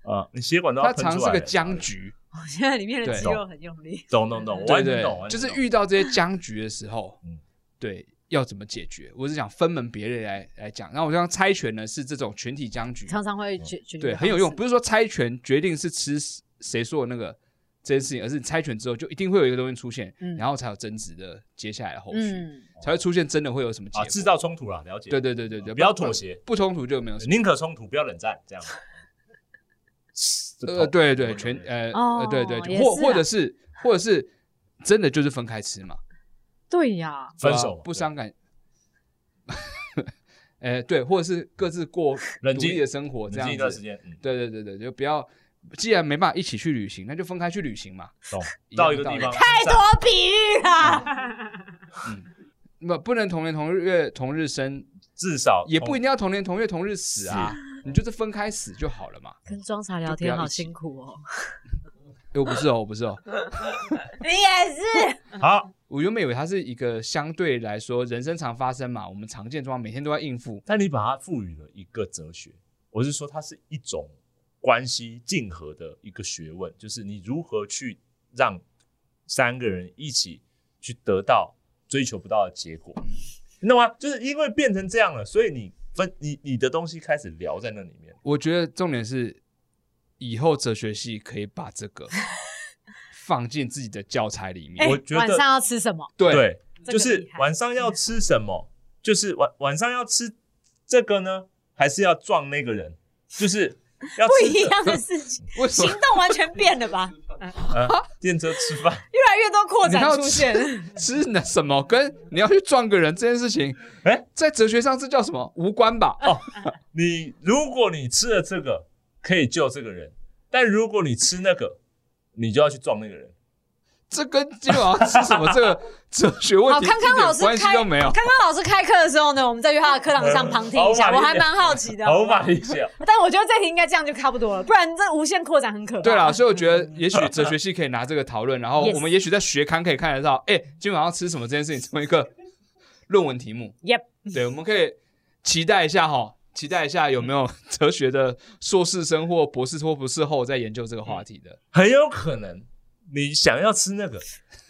[SPEAKER 2] 啊，你血管都
[SPEAKER 1] 它
[SPEAKER 2] 要喷
[SPEAKER 1] 常
[SPEAKER 2] 出
[SPEAKER 1] 是
[SPEAKER 2] 来
[SPEAKER 1] 个
[SPEAKER 2] 了。
[SPEAKER 1] 僵 局。
[SPEAKER 3] 我现在里面的
[SPEAKER 1] 对
[SPEAKER 3] 肌肉很用力。
[SPEAKER 2] 懂懂懂，我
[SPEAKER 1] 对
[SPEAKER 2] 完
[SPEAKER 1] 对
[SPEAKER 2] 全懂，，
[SPEAKER 1] 就是
[SPEAKER 2] 遇
[SPEAKER 1] 遇到这些僵局的时候
[SPEAKER 2] 嗯，
[SPEAKER 1] 对，要怎么解决？我是想分门别类来来讲。然后我刚刚猜拳呢，是这种群体僵局，
[SPEAKER 3] 常常会决决定
[SPEAKER 1] 对，
[SPEAKER 3] 的
[SPEAKER 1] 很有用。
[SPEAKER 3] 方式
[SPEAKER 1] 不是说猜拳决定是吃谁说的那个这件事情，而是你猜拳之后就一定会有一个东西出现，
[SPEAKER 3] 嗯
[SPEAKER 1] 然后才有争执的接下来的后续，
[SPEAKER 3] 嗯，
[SPEAKER 1] 才会出现真的会有什么结果。
[SPEAKER 2] 啊，制造冲突啦，了解。
[SPEAKER 1] 对对对对对，
[SPEAKER 2] 不要妥协，
[SPEAKER 1] 不冲突就没有什么。
[SPEAKER 2] 宁可冲突，不要冷战， 这样。
[SPEAKER 1] 呃，对对，全
[SPEAKER 2] 呃，
[SPEAKER 1] 呃
[SPEAKER 3] 哦
[SPEAKER 1] 呃对对，
[SPEAKER 3] 也
[SPEAKER 1] 或
[SPEAKER 3] 是啊
[SPEAKER 1] 或者是或者是真的就是分开吃嘛，
[SPEAKER 3] 对呀，
[SPEAKER 2] 分
[SPEAKER 1] 对吧啊
[SPEAKER 2] 手嘛
[SPEAKER 1] 不伤感。呃，对，或者是各自过
[SPEAKER 2] 冷
[SPEAKER 1] 独
[SPEAKER 2] 静
[SPEAKER 1] 立的生活，
[SPEAKER 2] 冷
[SPEAKER 1] 这
[SPEAKER 2] 静一
[SPEAKER 1] 样
[SPEAKER 2] 段时
[SPEAKER 1] 子。
[SPEAKER 2] 间，嗯，
[SPEAKER 1] 对对对对，就不要，既然没办法一起去旅行，那就分开去旅行嘛。
[SPEAKER 2] 懂
[SPEAKER 1] 一。样
[SPEAKER 2] 到
[SPEAKER 1] 的
[SPEAKER 2] 一个
[SPEAKER 1] 道
[SPEAKER 2] 地
[SPEAKER 1] 理
[SPEAKER 2] 方，
[SPEAKER 3] 太
[SPEAKER 2] 散
[SPEAKER 3] 多比喻啊！
[SPEAKER 1] 不，不能同年同月同日生，
[SPEAKER 2] 至少
[SPEAKER 1] 也不一
[SPEAKER 2] 定。
[SPEAKER 1] 定要同年同月同日死啊，你就是分开死就好了嘛。
[SPEAKER 3] 跟装傻聊
[SPEAKER 1] 就不要
[SPEAKER 3] 天好
[SPEAKER 1] 一起
[SPEAKER 3] 辛苦 哦，
[SPEAKER 1] 我不是哦，我不是哦，
[SPEAKER 3] 你也是，
[SPEAKER 2] 好，
[SPEAKER 1] 我原本以为它是一个相对来说人生常发生嘛，我们常见状况每天都在应付。
[SPEAKER 2] 但你把它赋予了一个哲学，我是说它是一种关系竞合的一个学问，就是你如何去让三个人一起去得到追求不到的结
[SPEAKER 1] 嗯
[SPEAKER 2] 果，你懂吗？就是因为变成这样了，所以你分你你的东西开始聊在那里面，
[SPEAKER 1] 我觉得重点是，以后哲学系可以把这个放进自己的教材里面。
[SPEAKER 3] 哎
[SPEAKER 2] 我觉得
[SPEAKER 3] 晚上要吃什么？
[SPEAKER 1] 对
[SPEAKER 2] 对，
[SPEAKER 3] 这
[SPEAKER 2] 就
[SPEAKER 3] 个
[SPEAKER 2] 是
[SPEAKER 3] 厉害嗯
[SPEAKER 2] 晚上要吃什么，就是晚晚上要吃这个呢，还是要撞那个人，就是要
[SPEAKER 3] 不
[SPEAKER 2] 吃
[SPEAKER 3] 一样的事 情，
[SPEAKER 1] 为什
[SPEAKER 3] 行
[SPEAKER 1] 么
[SPEAKER 3] 动完全变了吧？
[SPEAKER 2] 呃电车吃饭。
[SPEAKER 3] 越来越多扩
[SPEAKER 1] 你
[SPEAKER 3] 展
[SPEAKER 1] 要
[SPEAKER 3] 出现，
[SPEAKER 1] 吃那什么跟你要去撞个人这件事情，
[SPEAKER 2] 哎
[SPEAKER 1] 在哲学上这叫什么无关吧？
[SPEAKER 2] 你如果你吃了这个，可以救这个人；但如果你吃那个，你就要去撞那个人。
[SPEAKER 1] 这跟今晚上吃什么这个 哲学
[SPEAKER 3] 好，
[SPEAKER 1] 问题
[SPEAKER 3] 康康老
[SPEAKER 1] 一点
[SPEAKER 3] 师
[SPEAKER 1] 关系
[SPEAKER 3] 开
[SPEAKER 1] 都没有
[SPEAKER 3] 康。康老师开课的时候呢，我们再去他的课堂上旁听一下，
[SPEAKER 2] 好吧
[SPEAKER 3] 我还蛮好奇的。
[SPEAKER 2] 好，无法理解。
[SPEAKER 3] 但我觉得这题应该这样就差不多了，不然这无限扩展很可怕。
[SPEAKER 1] 对啦，所以我觉得也许哲学系可以拿这个讨论，然后
[SPEAKER 3] Yes
[SPEAKER 1] 我们也许在学刊可以看得到，哎、今晚上吃什么这件事情成为一个论文题 目。
[SPEAKER 3] Yep，
[SPEAKER 1] 对，我们可以期待一下哈，期待一下有没有哲学的硕士生或博士或博士后在研究这个话题的。
[SPEAKER 2] 很有可能你想要吃那个，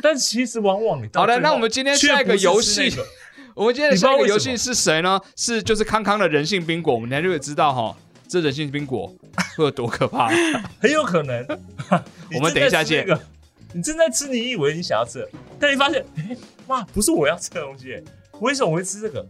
[SPEAKER 2] 但其实往往你到
[SPEAKER 1] 好的
[SPEAKER 2] 最后
[SPEAKER 1] 那我们今天
[SPEAKER 2] 却
[SPEAKER 1] 下一个
[SPEAKER 2] 不是吃
[SPEAKER 1] 游戏
[SPEAKER 2] 那个
[SPEAKER 3] 嗯
[SPEAKER 1] 我们今天的
[SPEAKER 2] 你知道
[SPEAKER 1] 下一个
[SPEAKER 2] 为什
[SPEAKER 1] 游
[SPEAKER 2] 么
[SPEAKER 1] 戏是谁呢？是就是康康的人性冰果，我们等一下就会知道哈，这人性冰果会有多可 怕。
[SPEAKER 2] 很有可能。
[SPEAKER 1] 我们等一下见
[SPEAKER 2] 你正在吃那个。你正在吃，你以为你想要吃的，但你发现，哎、妈，不是我要吃的东西、哎为什么我会吃这个？